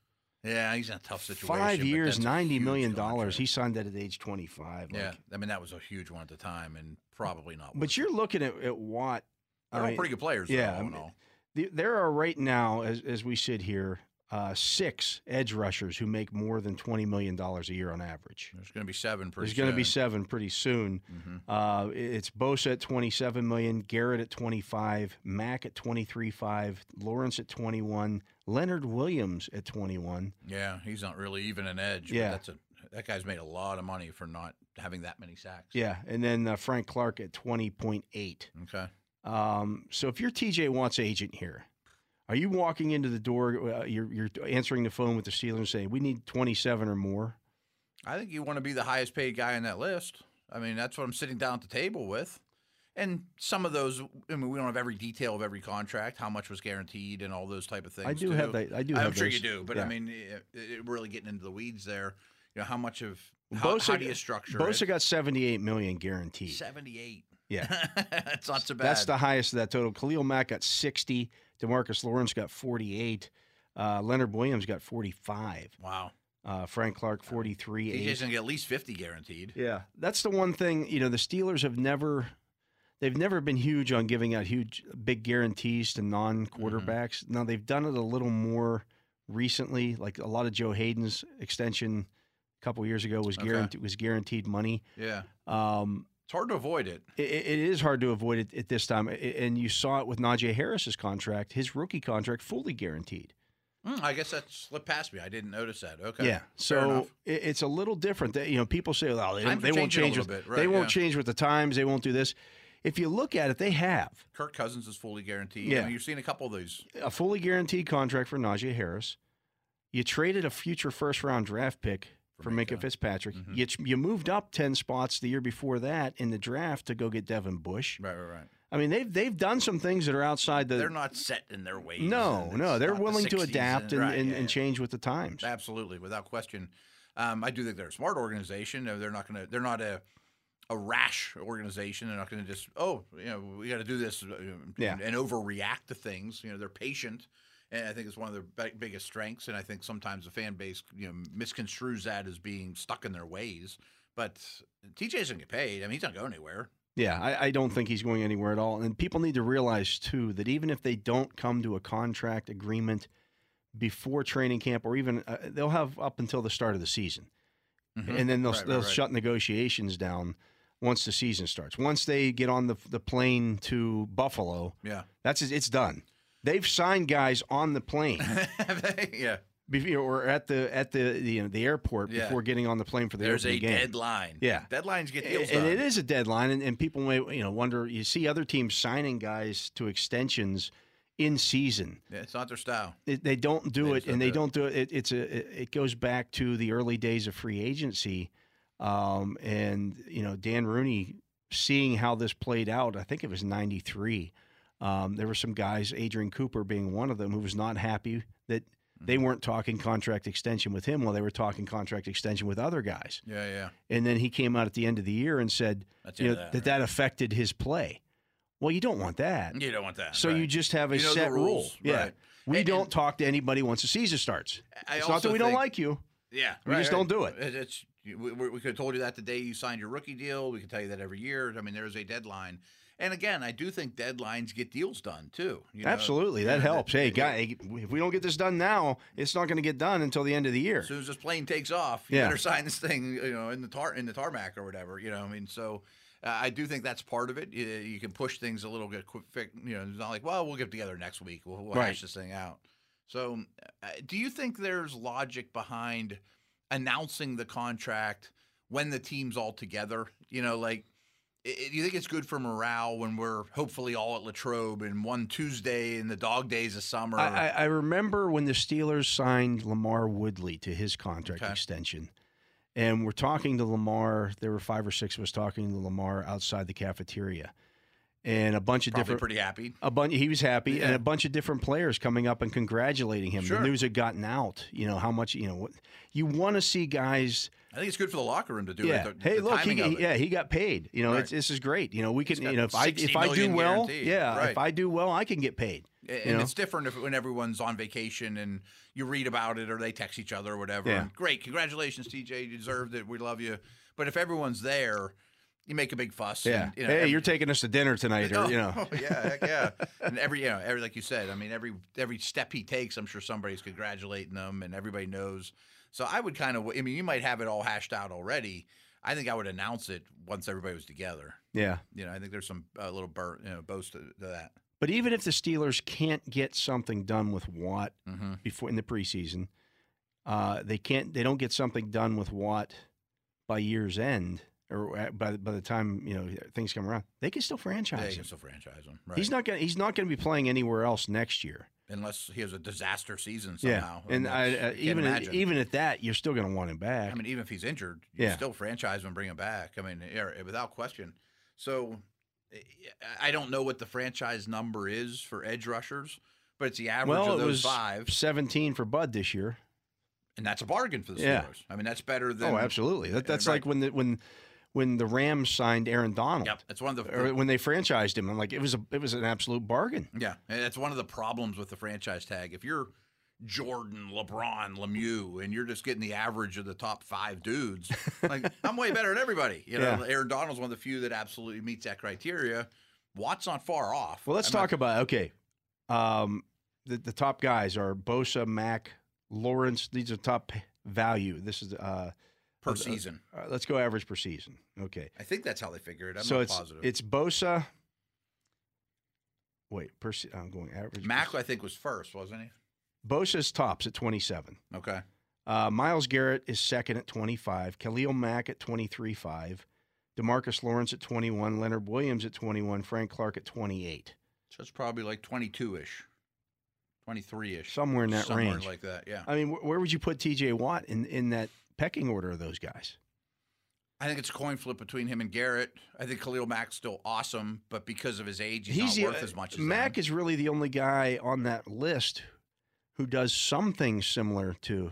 S3: Yeah, he's in a tough situation.
S2: five
S3: but
S2: years,
S3: that's a
S2: ninety
S3: huge
S2: million
S3: contract.
S2: dollars. He signed that at age twenty-five. like-
S3: Yeah, I mean that was a huge one at the time, and probably not.
S2: but you're looking at, at Watt. I
S3: They're all
S2: mean,
S3: pretty good players.
S2: Yeah, um,
S3: though,
S2: I
S3: all in
S2: mean,
S3: all.
S2: the- there are right now, as as we sit here, uh, six edge rushers who make more than twenty million dollars a year on average.
S3: there's going to be seven. Pretty Mm-hmm.
S2: There's going to be
S3: soon.
S2: seven pretty soon. Uh, it- it's Bosa at 27 million, Garrett at 25, Mack at 23.5, Lawrence at 21, Leonard Williams at 21.
S3: Yeah, he's not really even an edge.
S2: Yeah.
S3: Yeah, that's a that guy's made a lot of money for not having that many sacks.
S2: Yeah, and then uh, Frank Clark at 20.8.
S3: Okay.
S2: Um, so if you're TJ Watt's agent here, are you walking into the door? Uh, you're, you're answering the phone with the Steelers and saying, we need 27 or more.
S3: I think you want to be the highest paid guy on that list. I mean, that's what I'm sitting down at the table with. And some of those, I mean, we don't have every detail of every contract, how much was guaranteed, and all those type of things.
S2: I do have that- I do
S3: I'm
S2: have
S3: sure you
S2: those.
S3: do, but
S2: Yeah.
S3: I mean, it, it- really getting into the weeds there. You know, how much of how, how do you structure
S2: Bosa
S3: it?
S2: got 78 million guaranteed.
S3: Seventy-eight.
S2: Yeah.
S3: *laughs* that's not so bad.
S2: That's the highest of that total. Khalil Mack got 60. Demarcus Lawrence got 48. Uh, Leonard Williams got 45.
S3: Wow.
S2: Uh, Frank Clark, 43.
S3: TJ's
S2: eight.
S3: gonna get at least fifty guaranteed.
S2: Yeah. That's the one thing, you know, the Steelers have never. They've never been huge on giving out huge, big guarantees to non quarterbacks.
S3: Mm-hmm.
S2: Now, they've done it a little more recently. Like a lot of Joe Hayden's extension a couple years ago was,
S3: Okay.
S2: guaranteed, was guaranteed money.
S3: Yeah.
S2: Um,
S3: It's hard to avoid it.
S2: it, it is hard to avoid it at this time, A- and you saw it with Najee Harris's contract, his rookie contract, fully guaranteed.
S3: Hmm, I guess that slipped past me. I didn't notice that. Okay.
S2: Yeah,
S3: Fair
S2: so
S3: enough.
S2: it, it's a little different. That you know, people say, "Oh, they,
S3: Times
S2: they
S3: are
S2: won't
S3: changing a
S2: change with
S3: little bit,
S2: they
S3: right,
S2: won't
S3: yeah.
S2: change with the times. They won't do this." If you look at it, they have
S3: Kirk Cousins is fully guaranteed.
S2: Yeah.
S3: I mean, you've seen a couple of these.
S2: a fully guaranteed contract for Najee Harris. You traded a future first round draft pick for Minka Fitzpatrick.
S3: Mm-hmm.
S2: You, ch- you moved up ten spots the year before that in the draft to go get Devin Bush.
S3: Right, right, right.
S2: I mean, they've they've done some things that are outside the
S3: They're not set in their ways.
S2: No,
S3: and
S2: no,
S3: it's
S2: they're
S3: not the
S2: willing to
S3: 60s
S2: adapt and,
S3: right,
S2: and,
S3: yeah,
S2: and
S3: yeah.
S2: change with the times.
S3: Absolutely, without question. Um, I do think they're a smart organization. Uh, They're not going to. They're not a a rash organization. They're not going to just oh, you know, we got to do this uh, and,
S2: Yeah.
S3: and overreact to things. You know, they're patient, and I think it's one of their bi- biggest strengths. And I think sometimes the fan base you know misconstrues that as being stuck in their ways. But TJ's going to get paid. I mean, he's not going anywhere.
S2: Yeah, I, I don't think he's going anywhere at all. And people need to realize too that even if they don't come to a contract agreement before training camp, or even uh, they'll have up until the start of the season,
S3: Mm-hmm.
S13: Mhm.
S2: and then they'll
S13: Right, right,
S2: they'll
S13: right.
S2: shut negotiations down once the season starts. Once they get on the the plane to Buffalo,
S3: Yeah.
S2: that's it, it's done. They've signed guys on the
S3: *laughs*
S2: plane.
S3: *laughs* yeah.
S2: Before, or at the at the you know, the airport
S3: Yeah.
S2: before getting on the plane for the
S3: There's
S2: opening
S3: a
S2: game.
S3: deadline.
S2: Yeah.
S3: Deadlines get deals
S2: Eh, and
S3: done.
S2: it is a deadline, and, and people may you know wonder. You see other teams signing guys to extensions in season.
S3: Yeah, it's not their style.
S2: It, they don't do it,
S3: just
S2: and
S3: don't
S2: they
S3: do
S2: don't do it. it it's a it, it goes back to the early days of free agency, um, and you know Dan Rooney seeing how this played out. I think it was '93. Um, there were some guys, Adrian Cooper being one of them, who was not happy that they weren't talking contract extension with him while they were talking contract extension with other guys.
S3: Yeah, yeah.
S2: And then he came out at the end of the year and said
S3: That's
S2: you know,
S3: it,
S2: that,
S3: that, right.
S2: that affected his play. Well, you don't want that.
S3: You don't want that.
S2: So you
S3: right.
S2: just have a
S3: You know the
S2: set rule.
S3: rules,
S2: Yeah.
S3: right.
S2: We don't talk to anybody once the season starts.
S3: I
S2: it's not
S3: also
S2: that we don't
S3: think-
S2: like you.
S3: Yeah,
S2: We just don't do it.
S3: It's we, we we could have told you that the day you signed your rookie deal. We could tell you that every year. I mean, there is a deadline, and again, I do think deadlines get deals done too. you know?
S2: Absolutely. That
S3: Yeah,
S2: helps. hey, guy, if we don't get this done now, it's not going to get done until the end of the year.
S3: As soon as this plane takes off, you
S2: Yeah.
S3: better sign this thing, you know, in the tar in the tarmac or whatever. You know, I mean, so. Uh, I do think that's part of it. You, you can push things a little bit quick. quick, You know, it's not like, well, we'll get together next week. We'll, we'll
S2: Right.
S3: hash this thing out. So, uh, do you think there's logic behind announcing the contract when the team's all together? You know, like, i- i- do you think it's good for morale when we're hopefully all at Latrobe and one Tuesday and the dog days of summer?
S2: I, I, I remember when the Steelers signed Lamar Woodley to his contract
S3: Okay.
S2: extension. And we're talking to Lamar. There were five or six of us talking to Lamar outside the cafeteria. and a bunch of
S3: Probably
S2: different
S3: pretty happy.
S2: A bunch. He was happy, and
S3: Yeah.
S2: a bunch of different players coming up and congratulating him.
S3: Sure.
S2: The news had gotten out. You know how much you know. What, you want to see guys.
S3: I think it's good for the locker room to do
S2: yeah.
S3: it. The,
S2: hey,
S3: the
S2: look. He,
S3: timing of it.
S2: yeah, he got paid. You know,
S3: Right.
S2: it's, this is great. You know, we can.
S3: got
S2: You know, if I
S3: 60
S2: if I do
S3: million
S2: well,
S3: guaranteed.
S2: yeah.
S3: Right.
S2: If I do well, I can get paid.
S3: A-
S2: you
S3: And,
S2: know?
S3: it's different if when everyone's on vacation and you read about it or they text each other or whatever.
S2: Yeah.
S3: and, Great, congratulations, TJ. You deserved it. We love you. But if everyone's there, you make a big fuss.
S2: Yeah.
S3: And, you know,
S2: hey,
S3: every-
S2: you're taking us to dinner tonight, or
S3: *laughs* oh,
S2: you know.
S3: oh, yeah, heck yeah. And every you know, every like you said, I mean, every every step he takes, I'm sure somebody's congratulating them, and everybody knows. So I would kind of, I mean, you might have it all hashed out already. I think I would announce it once everybody was together.
S2: Yeah.
S3: You know, I think there's some uh, little bur- you know, boast to, to that.
S2: But even if the Steelers can't get something done with Watt before in the preseason, uh, they can't. They don't get something done with Watt by year's end, or at, by the- by the time you know things come around, they can still
S3: Yeah,
S2: franchise
S3: you
S2: him.
S3: can still franchise him, right?
S2: He's not going. He's not going to be playing anywhere else next year.
S3: unless he has a disaster season somehow.
S2: yeah, and I,
S3: that's-
S2: uh,
S3: you can't
S2: even
S3: imagine.
S2: even at that, you're still going to want him back.
S3: I mean, even if he's injured, you
S2: Yeah.
S3: still franchise him and bring him back. I mean, yeah, without question. So I- I don't know what the franchise number is for edge rushers, but it's the average
S2: well,
S3: of
S2: it was
S3: those five,
S2: 17 for Bud this year.
S3: and that's a bargain for the Steelers.
S2: Yeah.
S3: I mean, that's better than
S2: oh, absolutely. That, that's
S3: right.
S2: like when the when when the Rams signed Aaron Donald.
S3: Yep, that's one of the-
S2: or when they franchised him. I'm like, it was a it was an absolute bargain.
S3: Yeah, and that's one of the problems with the franchise tag. If you're Jordan, LeBron, Lemieux, and you're just getting the average of the top
S2: *laughs*
S3: five dudes, like I'm way better than everybody. You know,
S2: Yeah.
S3: Aaron Donald's one of the few that absolutely meets that criteria. Watt's not far off.
S2: Well, let's
S3: I'm
S2: talk
S3: not-
S2: about okay. Um, the the top guys are Bosa, Mac, Lawrence. These are top value. This is uh,
S3: Per
S2: uh,
S3: season.
S2: Uh, let's go average per season. Okay.
S3: I think that's how they figure it. I'm
S2: so
S3: not
S2: it's
S3: positive.
S2: it's Bosa. Wait, per, se- I'm going average. per
S3: Mack, I think, was first, wasn't he?
S2: Bosa's tops at 27.
S3: Okay.
S2: Uh, Miles Garrett is second at 25. Khalil Mack at 23.5. Demarcus Lawrence at 21. Leonard Williams at 21. Frank Clark at 28.
S3: So it's probably like 22 ish, 23 ish.
S2: Somewhere in that range.
S3: like that, yeah.
S2: I mean, wh- where would you put TJ Watt in, in that pecking order of those guys?
S3: I think it's a coin flip between him and Garrett. I think Khalil Mack's still awesome, but because of his age, he's,
S2: the- uh,
S3: not worth as much as
S2: Mack is really the only guy on that list who does something similar to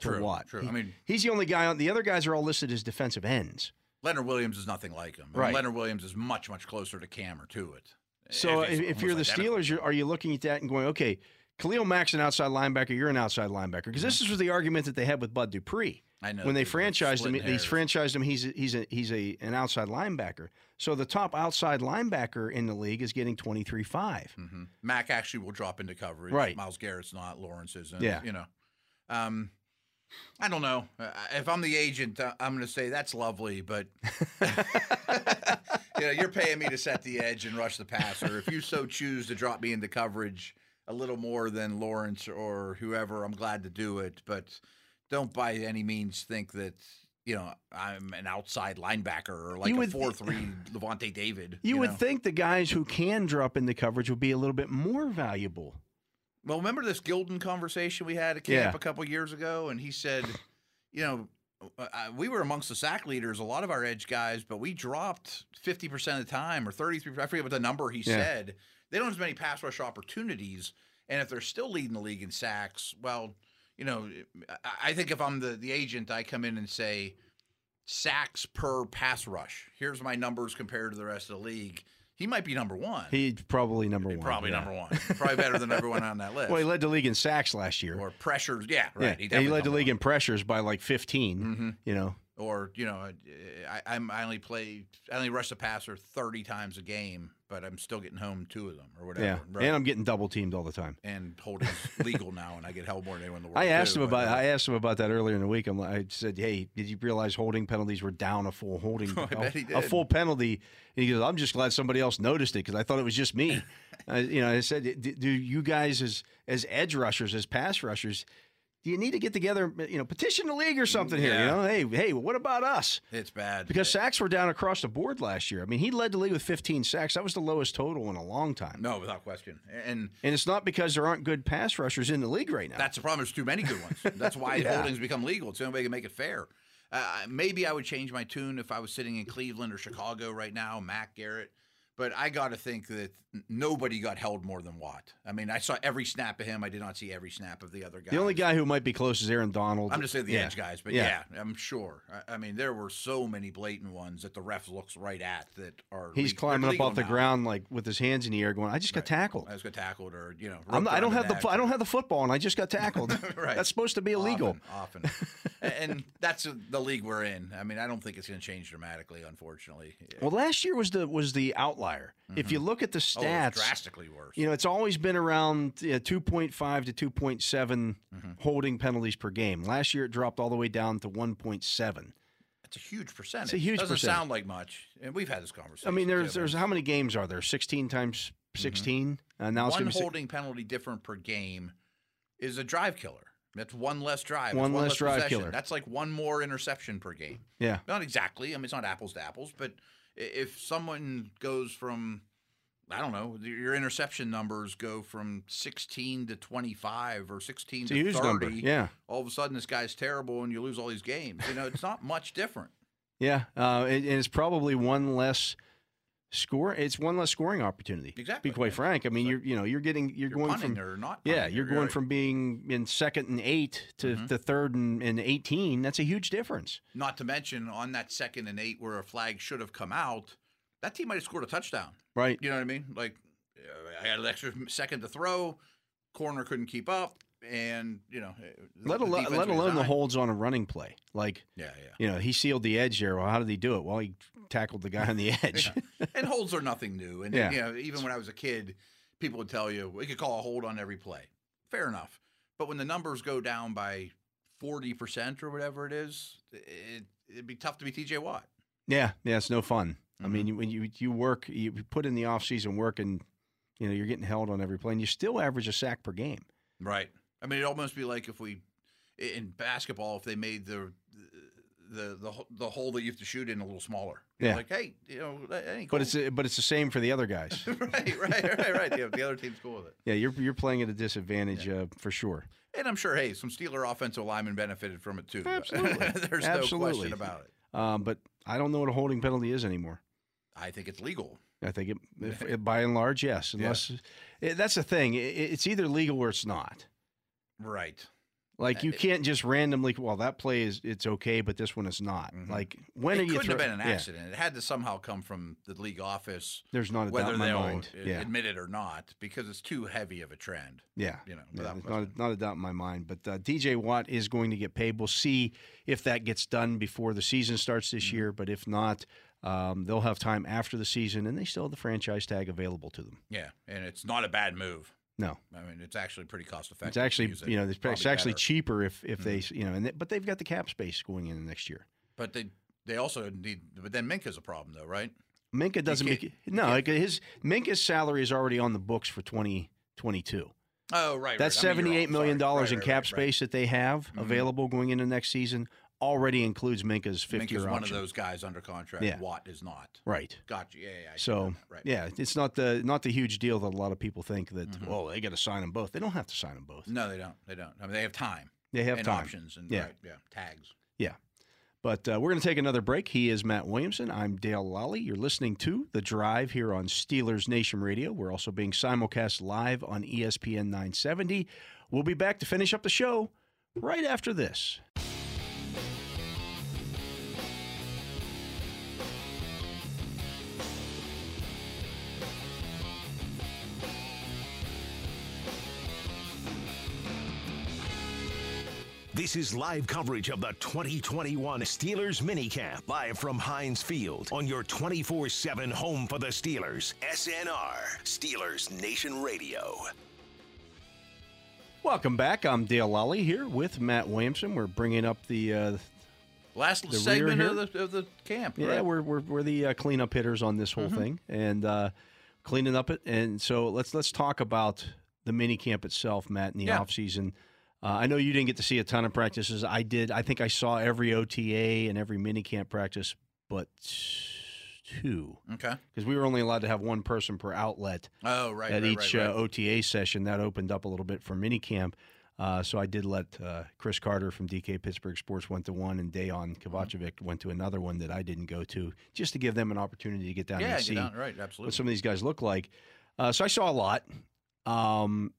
S2: to
S3: True,
S2: Watt.
S3: true.
S2: He-
S3: I mean-
S2: he's the only guy on the other guys are all listed as defensive ends.
S3: Leonard Williams is nothing like him. I mean,
S2: Right.
S3: Leonard Williams is much, much closer to Cam or to it.
S2: So
S3: If he's
S2: if, if you're the
S3: almost identical.
S2: Steelers, you're, are you looking at that and going, okay, Khalil Mack's an outside linebacker, you're an outside linebacker? Because this
S3: Mm-hmm.
S2: is the argument that they had with Bud Dupree.
S3: I know,
S2: when they
S3: they were
S2: franchised him,
S3: splitting
S2: he's
S3: hairs.
S2: franchised him. He's a, he's a, he's a an outside linebacker. So the top outside linebacker in the league is getting twenty three five.
S3: Mhm. Mack actually will drop into coverage.
S2: Right.
S3: Miles Garrett's not. Lawrence isn't.
S2: Yeah.
S3: You know. Um, I don't know. Uh, If I'm the agent, uh, I'm going to say that's
S2: *laughs*
S3: lovely, but you know, you're paying me to set the edge and rush the passer. If you so choose to drop me into coverage a little more than Lawrence or whoever, I'm glad to do it. But don't by any means think that you know I'm an outside linebacker or like
S2: You
S3: a
S2: would-
S3: four-three Levante David.
S2: You, would
S3: know?
S2: think the guys who can drop into coverage would be a little bit more valuable.
S3: Well, remember this Gildan conversation we had at
S2: Yeah.
S3: camp a couple years ago, and he said, you know, uh, uh, we were amongst the sack leaders, a lot of our edge guys, but we dropped fifty percent of the time or thirty-three. I forget what the number he
S2: Yeah.
S3: said. They don't have as many pass rush opportunities, and if they're still leading the league in sacks, well, you know, I- I think if I'm the the agent, I come in and say sacks per pass rush. Here's my numbers compared to the rest of the league. He might be number one.
S2: He's probably number one.
S3: Probably
S2: yeah.
S3: number one. Probably better than everyone on
S2: *laughs*
S3: that list
S2: Well, he led the league in sacks last year.
S3: or pressures. Yeah, right.
S2: Yeah, and he
S3: definitely Mm-hmm.
S2: led the
S3: come
S2: league in pressures by like 15. You know,
S3: up. Or you know, I, I'm I only play I only rush the passer 30 times a game, but I'm still getting home two of them or whatever.
S2: yeah.
S3: Right.
S2: And I'm getting double teamed all the time.
S3: and holding's legal now, and I get held more than anyone in the
S2: *laughs*
S3: world.
S2: I asked
S3: too,
S2: him
S3: but,
S2: about
S3: uh,
S2: I asked him about that earlier in the week. I'm like, I said, "Hey, did you realize holding penalties were down a full holding
S3: *laughs* I
S2: a,
S3: bet he
S2: a
S3: did.
S2: full penalty?" And he goes, "I'm just glad somebody else noticed it because I thought it was just
S3: *laughs*
S2: me." I, you know, I said, "D- "Do you guys as as edge rushers, as pass rushers, do you need to get together, you know, petition the league or something
S3: Yeah.
S2: here? You know, hey, hey, what about us?"
S3: It's bad
S2: Because sacks were down across the board last year. I mean, he led the league with 15 sacks. That was the lowest total in a long time.
S3: No, without question. And
S2: And it's not because there aren't good pass rushers in the league right now.
S3: That's the problem. There's too many
S2: *laughs*
S3: good ones. That's why
S2: Yeah.
S3: holdings become legal. It's the only way to make it fair. Uh, maybe I would change my tune if I was sitting in Cleveland or Chicago right now, Matt Garrett. But I got to think that n- nobody got held more than Watt. I mean, I saw every snap of him. I did not see every snap of the other guy.
S2: The only guy who might be close is Aaron Donald.
S3: I'm just saying the
S2: Yeah.
S3: edge guys, but yeah, I'm sure. I, I mean, there were so many blatant ones that the ref looks right at that are.
S2: He's
S3: le-
S2: climbing
S3: they're
S2: up
S3: legal
S2: off the
S3: now.
S2: ground like with his hands in the air, going, "I just got tackled.
S3: I was got tackled, or you know,
S2: I'm
S3: roped
S2: not, I
S3: around
S2: don't have the
S3: neck
S2: fo-
S3: *laughs*
S2: I don't have the football, and I just got tackled.
S3: Right.
S2: That's supposed to be illegal.
S3: often, A- and that's the league we're in. I mean, I don't think it's going to change dramatically, unfortunately.
S2: Well, last year was the was the outlier. If you look at the
S3: Oh,
S2: stats,
S3: it was drastically worse.
S2: you know it's always been around you know, 2.5 to 2.7
S3: Mm-hmm.
S2: holding penalties per game. Last year it dropped all the way down to 1.7.
S3: That's a huge percentage.
S2: huge
S3: Doesn't
S2: percentage.
S3: sound like much, and we've had this conversation.
S2: I mean,
S3: too,
S2: there's
S3: but
S2: there's how many games are there? 16 times 16, and now it's
S3: Mm-hmm.
S2: going
S3: one
S2: to be si-
S3: holding penalty different per game is a drive killer. That's one less drive. It's
S2: One less drive
S3: possession.
S2: killer.
S3: That's like one more interception per game.
S2: yeah.
S3: Not exactly. I mean, it's not apples to apples, but i- if someone goes from, I don't know, your interception numbers go from 16 to 25 or 16
S2: It's a
S3: to
S2: huge
S3: 30.
S2: number, yeah.
S3: All of a sudden, this guy's terrible and you lose all these games. You know, it's not much different.
S2: Yeah, uh, and, and it's probably one less score. It's one less scoring opportunity.
S3: Exactly,
S2: To be quite frank, I mean, you're you know you're getting you're, going
S3: punting
S2: from
S3: or not
S2: Yeah,
S3: punting,
S2: you're
S3: or
S2: going
S3: you're- Mm-hmm.
S2: from being in second and eight to the third and, and eighteen. That's a huge difference.
S3: Not to mention on that second and eight where a flag should have come out, that team might have scored a touchdown.
S2: Right.
S3: You know what I mean? Like, uh, I had an extra second to throw, corner couldn't keep up, and you know, uh,
S2: Let
S3: the
S2: alone
S3: defense
S2: let
S3: was
S2: alone the
S3: behind.
S2: holds on a running play. Like
S3: Yeah, yeah.
S2: You know, he sealed the edge there. Well, how did he do it? Well, he tackled the guy on the *laughs* edge.
S3: *laughs* and holds are nothing new. And
S2: Yeah.
S3: you know, even when I was a kid, people would tell you we could call a hold on every play. Fair enough. But when the numbers go down by forty percent or whatever it is, it, it'd be tough to be TJ Watt.
S2: Yeah, yeah, it's no fun. I mean,
S3: Mm-hmm.
S2: you- when you you work, you put in the off season work, and you know you're getting held on every play, and you still average a sack per game.
S3: Right. I mean, it'd almost be like if we i- in basketball if they made the the the, ho- the hole that you have to shoot in a little smaller. You know,
S2: Yeah.
S3: Like hey, you know, that ain't
S2: But it's but it's the same for the other guys.
S3: *laughs* right, right, right, right. Yeah, the other team's cool with it.
S2: yeah, you're you're playing at a disadvantage uh, for sure.
S3: And I'm sure, hey, some Steeler offensive linemen benefited from it too. *laughs* There's no
S2: Absolutely.
S3: question about it.
S2: Um, but I don't know what a holding penalty is anymore.
S3: I think it's legal.
S2: I think it, if, it- by and large, yes. Unless eh, that's the thing, i- i- it's either legal or it's not.
S3: Right.
S2: Like
S3: Uh,
S2: you can't just randomly. Well, that play is it's okay, but this one is not. Like when
S3: Mm-hmm. it
S2: are you?
S3: couldn't have
S2: throw-
S3: been an
S2: Yeah.
S3: accident. It had to somehow come from the league office.
S2: There's not a doubt
S3: whether
S2: in my
S3: they'll
S2: mind.
S3: uh,
S2: Yeah.
S3: admit it or not, because it's too heavy of a trend.
S2: Yeah,
S3: you know,
S2: yeah,
S3: without
S2: there's not a, not a doubt in my mind. But uh, DJ Watt is going to get paid. We'll see if that gets done before the season starts this
S3: Mm-hmm.
S2: year. But if not, um, they'll have time after the season, and they still have the franchise tag available to them.
S3: Yeah, and it's not a bad move.
S2: No.
S3: I mean it's actually pretty cost effective.
S2: It's actually,
S3: Use it.
S2: you know, it's, it's
S3: Probably
S2: actually
S3: better. Mm-hmm.
S2: cheaper if if they, s- you know, and th- but they've got the cap space going in next year.
S3: But they they also need. But then Minka's a problem though, right?
S2: Minka doesn't
S3: can't-
S2: make no. Like his Minka's salary is already on the books for twenty twenty two.
S3: Oh, right.
S2: That's
S3: right. I mean, you're
S2: seventy eight
S3: wrong. Sorry.
S2: million dollars
S3: Right,
S2: in
S3: right,
S2: cap
S3: right, Mm-hmm. right.
S2: space that they have available going into next season already includes Minka's fifty
S3: Minka's
S2: year
S3: one of
S2: option.
S3: those guys under contract.
S2: Yeah.
S3: Watt is not.
S2: Right.
S3: Gotcha. Yeah. yeah, yeah I see
S2: So
S3: that. right.
S2: yeah, it's not the not the huge deal that a lot of people think that. Oh, they got to sign them both. They don't have to sign them both.
S3: No, they don't. They don't. I mean, they have time.
S2: They have
S3: and
S2: time.
S3: options and
S2: Yeah.
S3: right, yeah, tags.
S2: Yeah. But uh, we're going to take another break. He is Matt Williamson. I'm Dale Lally. You're listening to The Drive here on Steelers Nation Radio. We're also being simulcast live on E ESPN 970. We'll be back to finish up the show right after this.
S1: This is live coverage of the 2021 Steelers minicamp, live from Heinz Field on your 24 7 home for the Steelers, SNR, Steelers Nation Radio.
S2: Welcome back. I'm Dale Lally here with Matt Williamson. We're bringing up the. Uh,
S3: Last
S2: The rear
S3: segment
S2: here?
S3: of the, of the camp.
S2: yeah,
S3: right?
S2: we're, we're, we're the uh, cleanup hitters on this whole thing and uh, cleaning up it. And so let's let's talk about the minicamp itself, Matt, in the
S3: Yeah.
S2: off offseason. Uh, I know you didn't get to see a ton of practices. I did. I think I saw every OTA and every minicamp practice, but two.
S3: Okay.
S2: Because we were only allowed to have one person per outlet
S3: Oh, right.
S2: at
S3: right,
S2: each Uh,
S3: right, right.
S2: OTA session. That opened up a little bit for minicamp. Uh, so I did let uh, Chris Carter from DK Pittsburgh Sports went to one, and Dayon
S3: Mm-hmm.
S2: Kovacevic went to another one that I didn't go to, just to give them an opportunity to get down
S3: Yeah,
S2: and
S3: get
S2: see
S3: down- right,
S2: what
S3: absolutely.
S2: some of these guys look like. Uh, so I saw a lot. Um,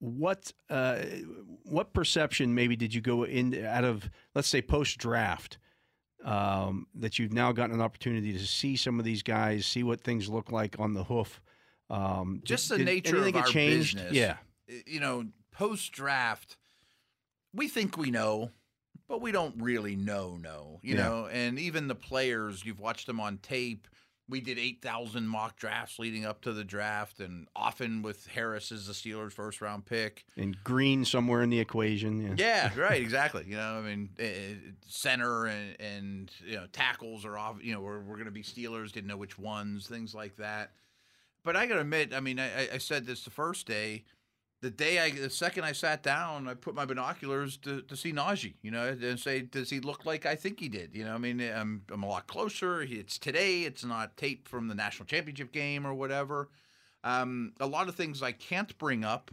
S2: what uh, what perception maybe did you go in out of let's say post draft um, that you've now gotten an opportunity to see some of these guys, see what things look like on the hoof? Um, did-
S3: just the
S2: did
S3: nature
S2: anything
S3: of
S2: get
S3: our
S2: changed?
S3: business.
S2: Yeah.
S3: y- You know, post draft, we think we know, but we don't really know. No, you
S2: Yeah.
S3: know, and even the players you've watched them on tape. We did eight thousand mock drafts leading up to the draft, and often with Harris as the Steelers' first round pick.
S2: And green somewhere in the equation. Yeah.
S3: Yeah, right, exactly. You know, I mean, eh, eh, center and, and you know tackles are off. You know, we're, we're going to be Steelers. Didn't know which ones, things like that. But I got to admit, I mean, I, I- I said this the first day. The day I, the second I sat down, I put my binoculars to, to see Najee. You know, and say, does he look like I think he did? You know, I mean, I'm I'm a lot closer. He- It's today. It's not tape from the national championship game or whatever. Um, a lot of things I can't bring up.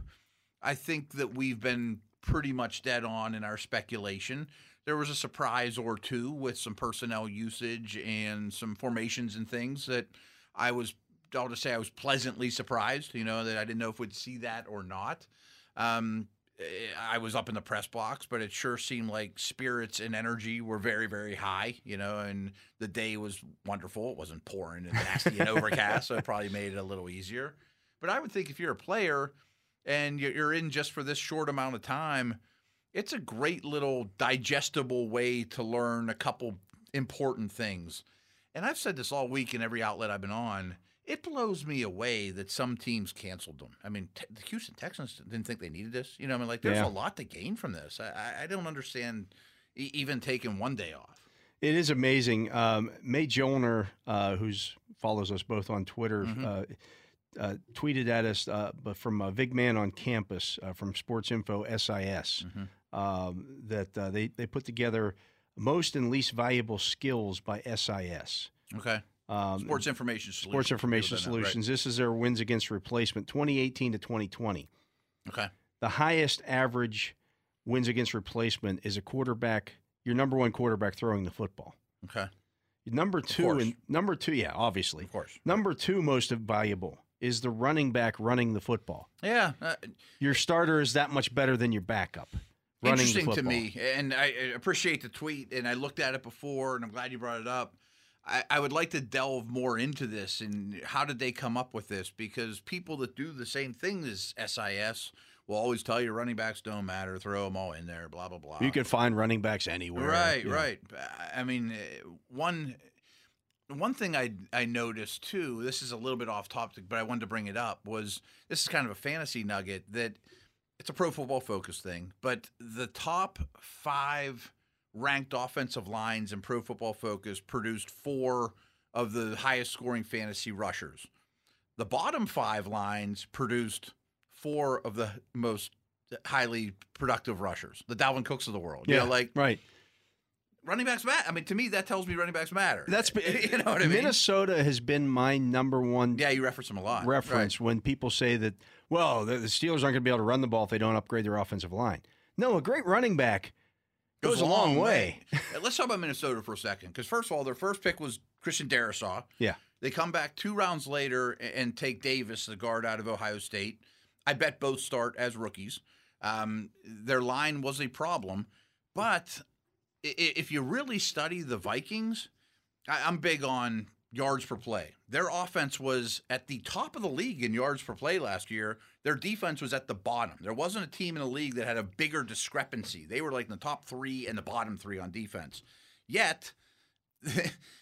S3: I think that we've been pretty much dead on in our speculation. There was a surprise or two with some personnel usage and some formations and things that I was, I'll just say I was pleasantly surprised, you know, that I didn't know if we'd see that or not. Um, eh, I was up in the press box, but it sure seemed like spirits and energy were very, very high, you know, and the day was wonderful. It wasn't pouring and nasty and overcast, so it probably made it a little easier. But I would think if you're a player, and you're- you're in just for this short amount of time, it's a great little digestible way to learn a couple important things. And I've said this all week in every outlet I've been on. It blows me away that some teams canceled them. I mean, te- the Houston Texans didn't think they needed this. You know, I mean, like there's
S2: Yeah.
S3: a lot to gain from this. I, I- I don't understand e- even taking one day off.
S2: It is amazing. Um, May Joner, uh, who follows us both on Twitter,
S3: Mm-hmm.
S2: uh, uh, tweeted at us, uh, but from uh, Vig Man on campus uh, from Sports Info SIS, um, that uh, they they put together most and least valuable skills by SIS.
S3: Okay.
S2: Um,
S3: Sports information solutions.
S2: Sports Information
S3: People don't know, right.
S2: Solutions. This is their wins against replacement, 2018 to 2020.
S3: Okay.
S2: The highest average wins against replacement is a quarterback, your number one quarterback throwing the football.
S3: Okay.
S2: Number two and number two, yeah, obviously. Of
S3: course.
S2: Number two most valuable is the running back running the football.
S3: Yeah. uh,
S2: Your starter is that much better than your backup. Running the
S3: Interesting to
S2: football.
S3: me, and I I appreciate the tweet, and I looked at it before, and I'm glad you brought it up. I, I would like to delve more into this and how did they come up with this? Because people that do the same thing as SIS will always tell you running backs don't matter, throw them all in there, blah blah blah.
S2: You can find running backs anywhere.
S3: Right,
S2: yeah.
S3: right. I- I mean, eh, one one thing I I noticed too. This is a little bit off topic, but I wanted to bring it up. Was this is kind of a fantasy nugget that it's a pro football focus thing, but the top five ranked offensive lines in pro football focus produced four of the highest scoring fantasy rushers. The bottom five lines produced four of the most highly productive rushers, the Dalvin Cooks of the world. You know, like
S2: right.
S3: running backs matter. I mean, to me, that tells me running backs matter.
S2: That's
S3: *laughs* you know what I mean.
S2: Minnesota has been my number one
S3: yeah, you reference them a lot.
S2: reference when people say that, well, the, the Steelers aren't going to be able to run the ball if they don't upgrade their offensive line. No, a great running back
S3: Right.
S2: goes, a long, way.
S3: Uh, Let's talk about Minnesota for a second, because first of all, their first pick was Christian Darisaw.
S2: Yeah.
S3: They come back two rounds later a- and take Davis, the guard out of Ohio State. I bet both start as rookies. Um, their line was a problem, but i- i- if you really study the Vikings, I- I'm big on yards per play. Their offense was at the top of the league in yards per play last year. Their defense was at the bottom. There wasn't a team in the league that had a bigger discrepancy. They were like in the top three and the bottom three on defense. Yet, *laughs* they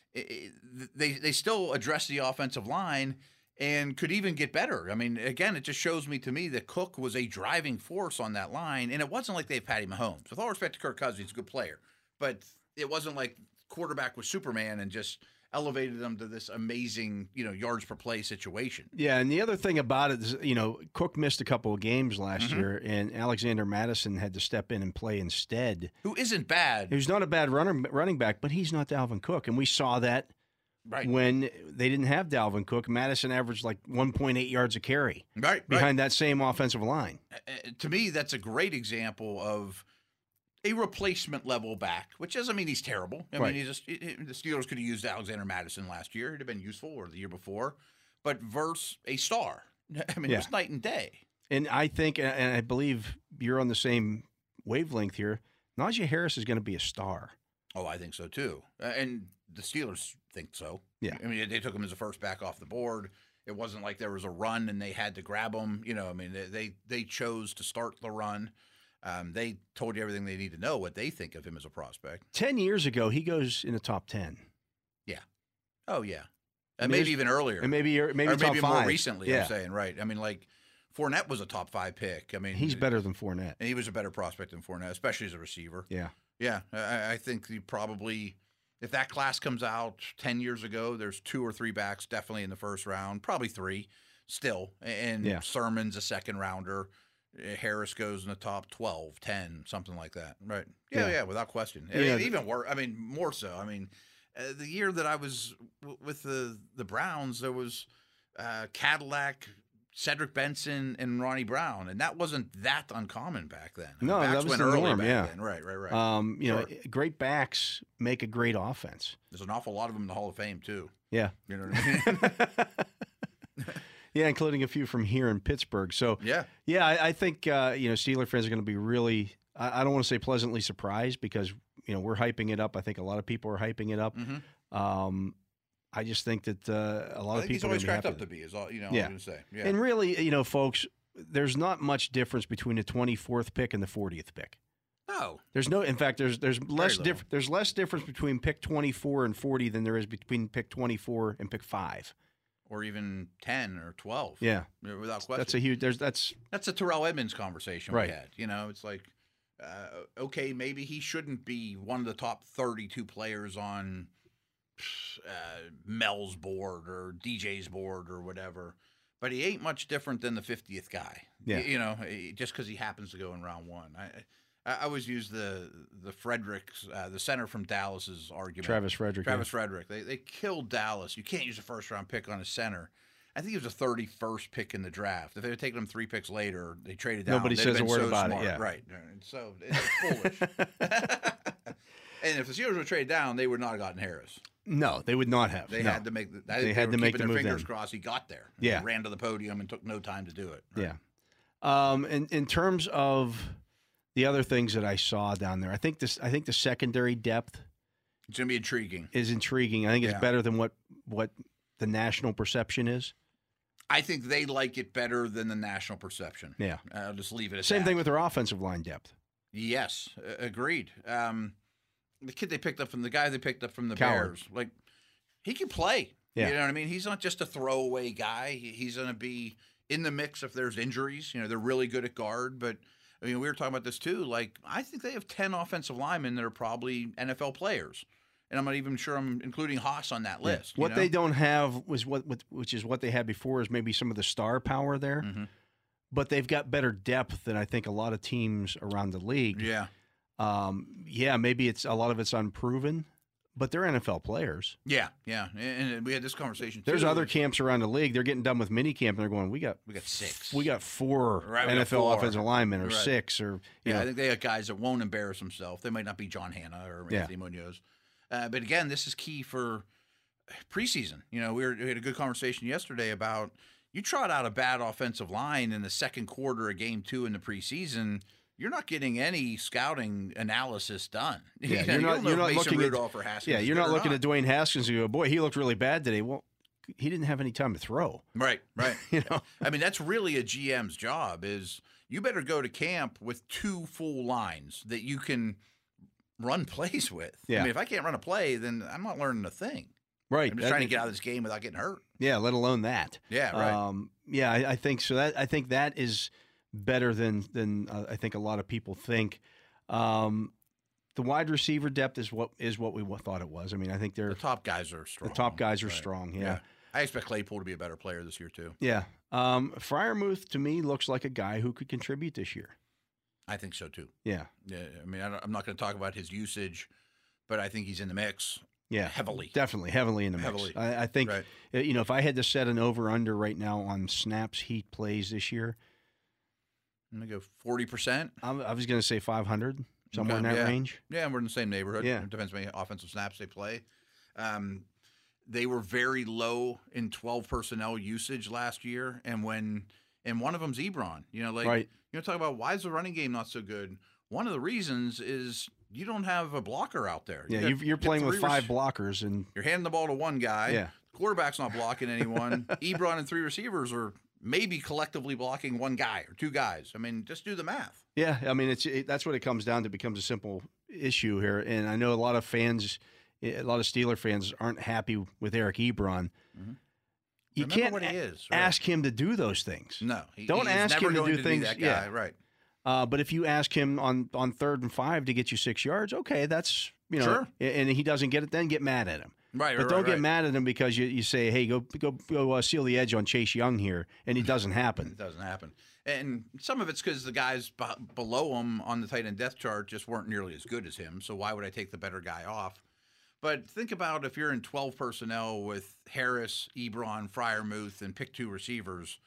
S3: they still address the offensive line and could even get better. I mean, again, it just shows me to me that Cook was a driving force on that line, and it wasn't like they've Patty Mahomes. With all respect to Kirk Cousins, he's a good player, but it wasn't like quarterback was Superman and just elevated them to this amazing, you know, yards per play situation.
S2: Yeah, and the other thing about it is, you know, Cook missed a couple of games last
S3: Mhm.
S2: year, and Alexander Madison had to step in and play instead.
S3: Who isn't bad?
S2: He's not a bad runner, running back, but he's not Dalvin Cook, and we saw that
S3: Right.
S2: When they didn't have Dalvin Cook, Madison averaged like 1.8 yards a carry
S3: Right, right.
S2: behind that same offensive line.
S3: Uh, to me, that's a great example of a replacement level back, which doesn't mean he's terrible. I
S2: Right.
S3: mean, he's just he- he- the Steelers could have used Alexander Madison last year; it'd have been useful, or the year before. But verse a star, *laughs* I mean,
S2: Yeah.
S3: it was night and day.
S2: And I think, and- and I believe you're on the same wavelength here. Najee Harris is going to be a star.
S3: Oh, I think so too, Uh, and the Steelers think so.
S2: Yeah.
S3: I mean, they took him as the first back off the board. It wasn't like there was a run and they had to grab him. You know, I mean, they they, they chose to start the run. Um, they told you everything they need to know what they think of him as a prospect.
S2: Ten years ago, he goes in the top ten.
S3: Yeah. Oh yeah.
S2: I
S3: And
S2: mean,
S3: maybe
S2: it's-
S3: even earlier.
S2: and maybe- or maybe
S3: or maybe
S2: top
S3: more
S2: five.
S3: recently.
S2: Yeah.
S3: I'm saying right. I mean, like Fournette was a top five pick. I mean, uh,
S2: He's better than Fournette.
S3: and he was a better prospect than Fournette, especially as a receiver.
S2: Yeah.
S3: Yeah, I- I, I think he probably, if that class comes out 10 years ago, there's two or three backs definitely in the first round, probably three still. And
S2: Yeah.
S3: Sermon's a second rounder. Uh, Harris goes in the top 12, 10, something like that. Right. Yeah,
S2: Yeah.
S3: yeah, without question. I
S2: Yeah.
S3: mean, even worse, I mean, more so. I mean, uh, the year that I was w- with the, the Browns, there was uh, Cadillac. Cedric Benson and Ronnie Brown, and that wasn't that uncommon back then. I mean,
S2: No,
S3: backs
S2: that was
S3: went
S2: the
S3: early
S2: norm.
S3: back
S2: yeah,
S3: then. right, right, right.
S2: Um, you know,
S3: Sure.
S2: great backs make a great
S3: *laughs*
S2: offense.
S3: There's an awful lot of them in the Hall of Fame too.
S2: Yeah.
S3: You know
S2: *laughs*
S3: what I mean?
S2: Yeah, including a few from here in Pittsburgh. So
S3: Yeah.
S2: yeah, I, I think uh, you know Steeler fans are going to be really. I, I don't want to say pleasantly surprised because you know we're hyping it up. I think a lot of people are hyping it up.
S3: Mhm.
S2: Um, I just think that uh, a lot
S3: I
S2: of
S3: think he's
S2: people are gonna
S3: always
S2: be
S3: cracked
S2: happy
S3: up
S2: with
S3: to
S2: it.
S3: be. Is all you know.
S2: Yeah.
S3: What I'm gonna say. Yeah.
S2: And really, you know, folks, there's not much difference between the 24th pick and the 40th pick.
S3: no.
S2: There's no, in fact, there's there's less
S3: little.
S2: diff, there's less difference between pick 24 and 40 than there is between pick 24 and pick five.
S3: Or even ten or twelve.
S2: Yeah.
S3: You know, Without question.
S2: That's a huge. There's that's
S3: That's a Terrell Edmonds conversation
S2: Right.
S3: we had. You know, it's like, uh, okay, maybe he shouldn't be one of the top 32 players on uh, Mel's board or DJ's board or whatever, but he ain't much different than the 50th guy. Y-
S2: Yeah.
S3: You know, eh, just because he happens to go in round one. I, I I always use the the Fredericks, uh, the center from Dallas's argument.
S2: Travis Frederick, yeah.
S3: Travis Frederick. They, they killed Dallas. You can't use a first round pick on a center. I think he was the 31st pick in the draft. If they had taken him three picks later, they traded down.
S2: Nobody
S3: they'd
S2: says a
S3: have been
S2: word
S3: so
S2: about it,
S3: smart.
S2: yeah.
S3: Right. And so it's
S2: *laughs*
S3: foolish. and if the Steelers were traded down, they would not have gotten Harris.
S2: no, they would not have.
S3: They
S2: No.
S3: had to make. The, I
S2: They
S3: think
S2: had
S3: were
S2: to make
S3: keeping
S2: the move
S3: their Fingers
S2: then.
S3: crossed, he got there.
S2: Yeah.
S3: They ran to the podium and took no time to do it.
S2: Yeah. Um, in, in terms of the other things that I saw down there, I think this I think the secondary depth
S3: It's gonna be intriguing.
S2: is intriguing. I think it's
S3: Yeah.
S2: better than what what the national perception is.
S3: I think they like it better than the national perception.
S2: Yeah.
S3: I'll just leave it at
S2: Same
S3: that.
S2: thing with their offensive line depth.
S3: Yes, a- agreed. Um, the kid they picked up from the guy they picked up from the
S2: Coward.
S3: Bears, like he can play.
S2: Yeah.
S3: You know what I mean? He's not just a throwaway guy. He- He's going to be in the mix if there's injuries. You know, they're really good at guard, but I mean, we were talking about this too. Like, I think they have 10 offensive linemen that are probably NFL players. And I'm not even sure I'm including Haas on that
S2: Yeah.
S3: list. you
S2: What
S3: know?
S2: they don't have was what, what which is what they had before is maybe some of the star power there,
S3: Mm-hmm.
S2: but they've got better depth than I think a lot of teams around the league.
S3: Yeah.
S2: Um, yeah, maybe it's a lot of it's unproven, but they're NFL players.
S3: Yeah, yeah. And and we had this conversation
S2: There's
S3: too.
S2: other camps around the league. They're getting done with mini camp and they're going, we got
S3: We got six.
S2: we got four
S3: Right, we
S2: NFL
S3: got four.
S2: offensive linemen or
S3: Right.
S2: six or you
S3: Yeah,
S2: know,
S3: I think they got guys that won't embarrass themselves. They might not be John Hanna or
S2: Yeah.
S3: Anthony Munoz. Uh, but again, this is key for preseason. You know, we, were, we had a good conversation yesterday about you trot out a bad offensive line in the second quarter of game two in the preseason. You're not getting any scouting analysis done. *laughs* You
S2: yeah,
S3: know,
S2: you're
S3: you
S2: not
S3: don't know
S2: you're
S3: if
S2: not
S3: Mason
S2: looking
S3: Rudolph
S2: at,
S3: or Haskins.
S2: Yeah,
S3: is
S2: you're
S3: good
S2: not
S3: or
S2: looking at Dwayne Haskins and you go, boy, he looked really bad today. Well, he didn't have any time to throw. *laughs*
S3: Right, right.
S2: You know?
S3: I mean, that's really a GM's job is you better go to camp with two full lines that you can run *laughs* plays with.
S2: Yeah.
S3: I mean, if I can't run a play, then I'm not learning a thing.
S2: Right.
S3: I'm
S2: I
S3: just trying to
S2: think-
S3: get out of this game without getting hurt.
S2: Yeah, let alone that.
S3: Yeah, right.
S2: Um, yeah, I, I think so. That I think that is better than than uh, I think a lot of people think. Um, the wide receiver depth is what is what we wa- thought it was. I mean, I think they're
S3: The top guys are strong.
S2: the top guys are
S3: Right.
S2: strong. Yeah,
S3: I expect Claypool to be a better player this year too.
S2: yeah. Um, Fryermuth to me looks like a guy who could contribute this year.
S3: I think so too.
S2: Yeah,
S3: Yeah, I mean, I don't, I'm not going to talk about his usage, but I think he's in the mix.
S2: Yeah,
S3: heavily,
S2: definitely heavily in the mix.
S3: Heavily.
S2: I, I think uh, you know if I had to set an over under right now on snaps he plays this year,
S3: I'm gonna go forty percent
S2: I, I was going to say 500 somewhere in that
S3: yeah.
S2: range.
S3: Yeah, we're in the same neighborhood.
S2: Yeah.
S3: It depends how many offensive snaps they play. Um, they were very low in 12 personnel usage last year, and when and one of them's Ebron. You know, like
S2: Right.
S3: you know, talk about why is the running game not so good? One of the reasons is you don't have a blocker out there.
S2: Yeah,
S3: You got-
S2: you've, you're
S3: you got
S2: playing with
S3: three
S2: five
S3: rec-
S2: blockers and
S3: You're handing the ball to one guy.
S2: Yeah.
S3: Quarterback's not
S2: *laughs*
S3: blocking anyone. Ebron and three receivers are maybe collectively blocking one guy or two guys. I mean, just do the math.
S2: Yeah, I mean it's it, that's what it comes down to. Becomes a simple issue here, and I know a lot of fans, eh, a lot of Steeler fans aren't happy with Eric Ebron. You
S3: Mm-hmm. Remember
S2: can't
S3: what he
S2: a-
S3: is, right.
S2: ask him to do those things.
S3: No, he-
S2: don't
S3: he's
S2: ask
S3: never
S2: him to
S3: going
S2: do
S3: to be
S2: things.
S3: that
S2: yeah,
S3: guy, right.
S2: Uh, but if you ask him on on third and five to get you six yards, okay, that's you know,
S3: Sure.
S2: and he doesn't get it, then get mad at him.
S3: Right,
S2: but
S3: right,
S2: don't
S3: right,
S2: get
S3: right.
S2: mad at him because you, you say, hey, go go go uh, seal the edge on Chase Young here, and it doesn't happen.
S3: It doesn't happen. And some of it's because the guys b- below him on the tight end death chart just weren't nearly as good as him. So why would I take the better guy off? But think about if you're in 12 personnel with Harris, Ebron, Fryermuth, and pick two receivers.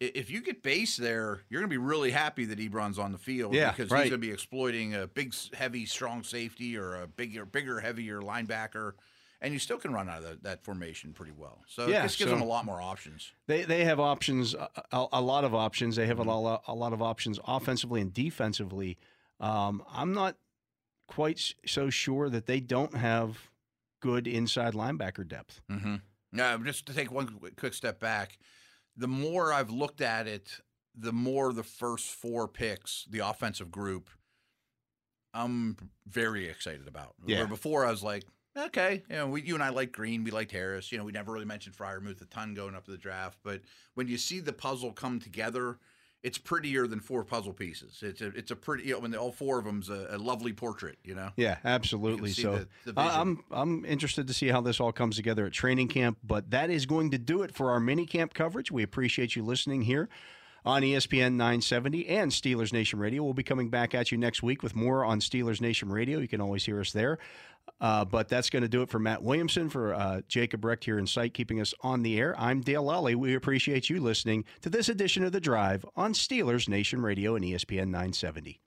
S3: i- If you get base there, you're going to be really happy that Ebron's on the field
S2: Yeah,
S3: because
S2: right.
S3: he's going to be exploiting a big, s- heavy, strong safety or a bigger, bigger, heavier linebacker. And you still can run out of that- that formation pretty well. So
S2: Yeah,
S3: it just gives
S2: so-
S3: them a lot more options.
S2: They they have options, a, a- a lot of options. They have a lot, a lot of options offensively and defensively. Um, I'm not quite s- so sure that they don't have good inside linebacker depth.
S3: Mm-hmm. Now, just to take one qu- quick step back, the more I've looked at it, the more the first four picks, the offensive group, I'm very excited about.
S2: Yeah.
S3: Where before I was like, okay, you know, we, you and I like Green, we liked Harris. You know, we never really mentioned Fryermuth a ton going up to the draft, but when you see the puzzle come together, it's prettier than four puzzle pieces. It's a, it's a pretty, you know, when all four of them's a, a lovely portrait. You know.
S2: Yeah, absolutely.
S3: see
S2: So
S3: the- the
S2: I, I'm I'm interested to see how this all comes together at training camp. But that is going to do it for our mini camp coverage. We appreciate you listening here on E ESPN 970 and Steelers Nation Radio. We'll be coming back at you next week with more on Steelers Nation Radio. You can always hear us there. Uh, but that's going to do it for Matt Williamson, for uh, Jacob Recht here in sight, keeping us on the air. I'm Dale Lally. We E appreciate you listening to this edition of The Drive on Steelers Nation Radio and ESPN 970.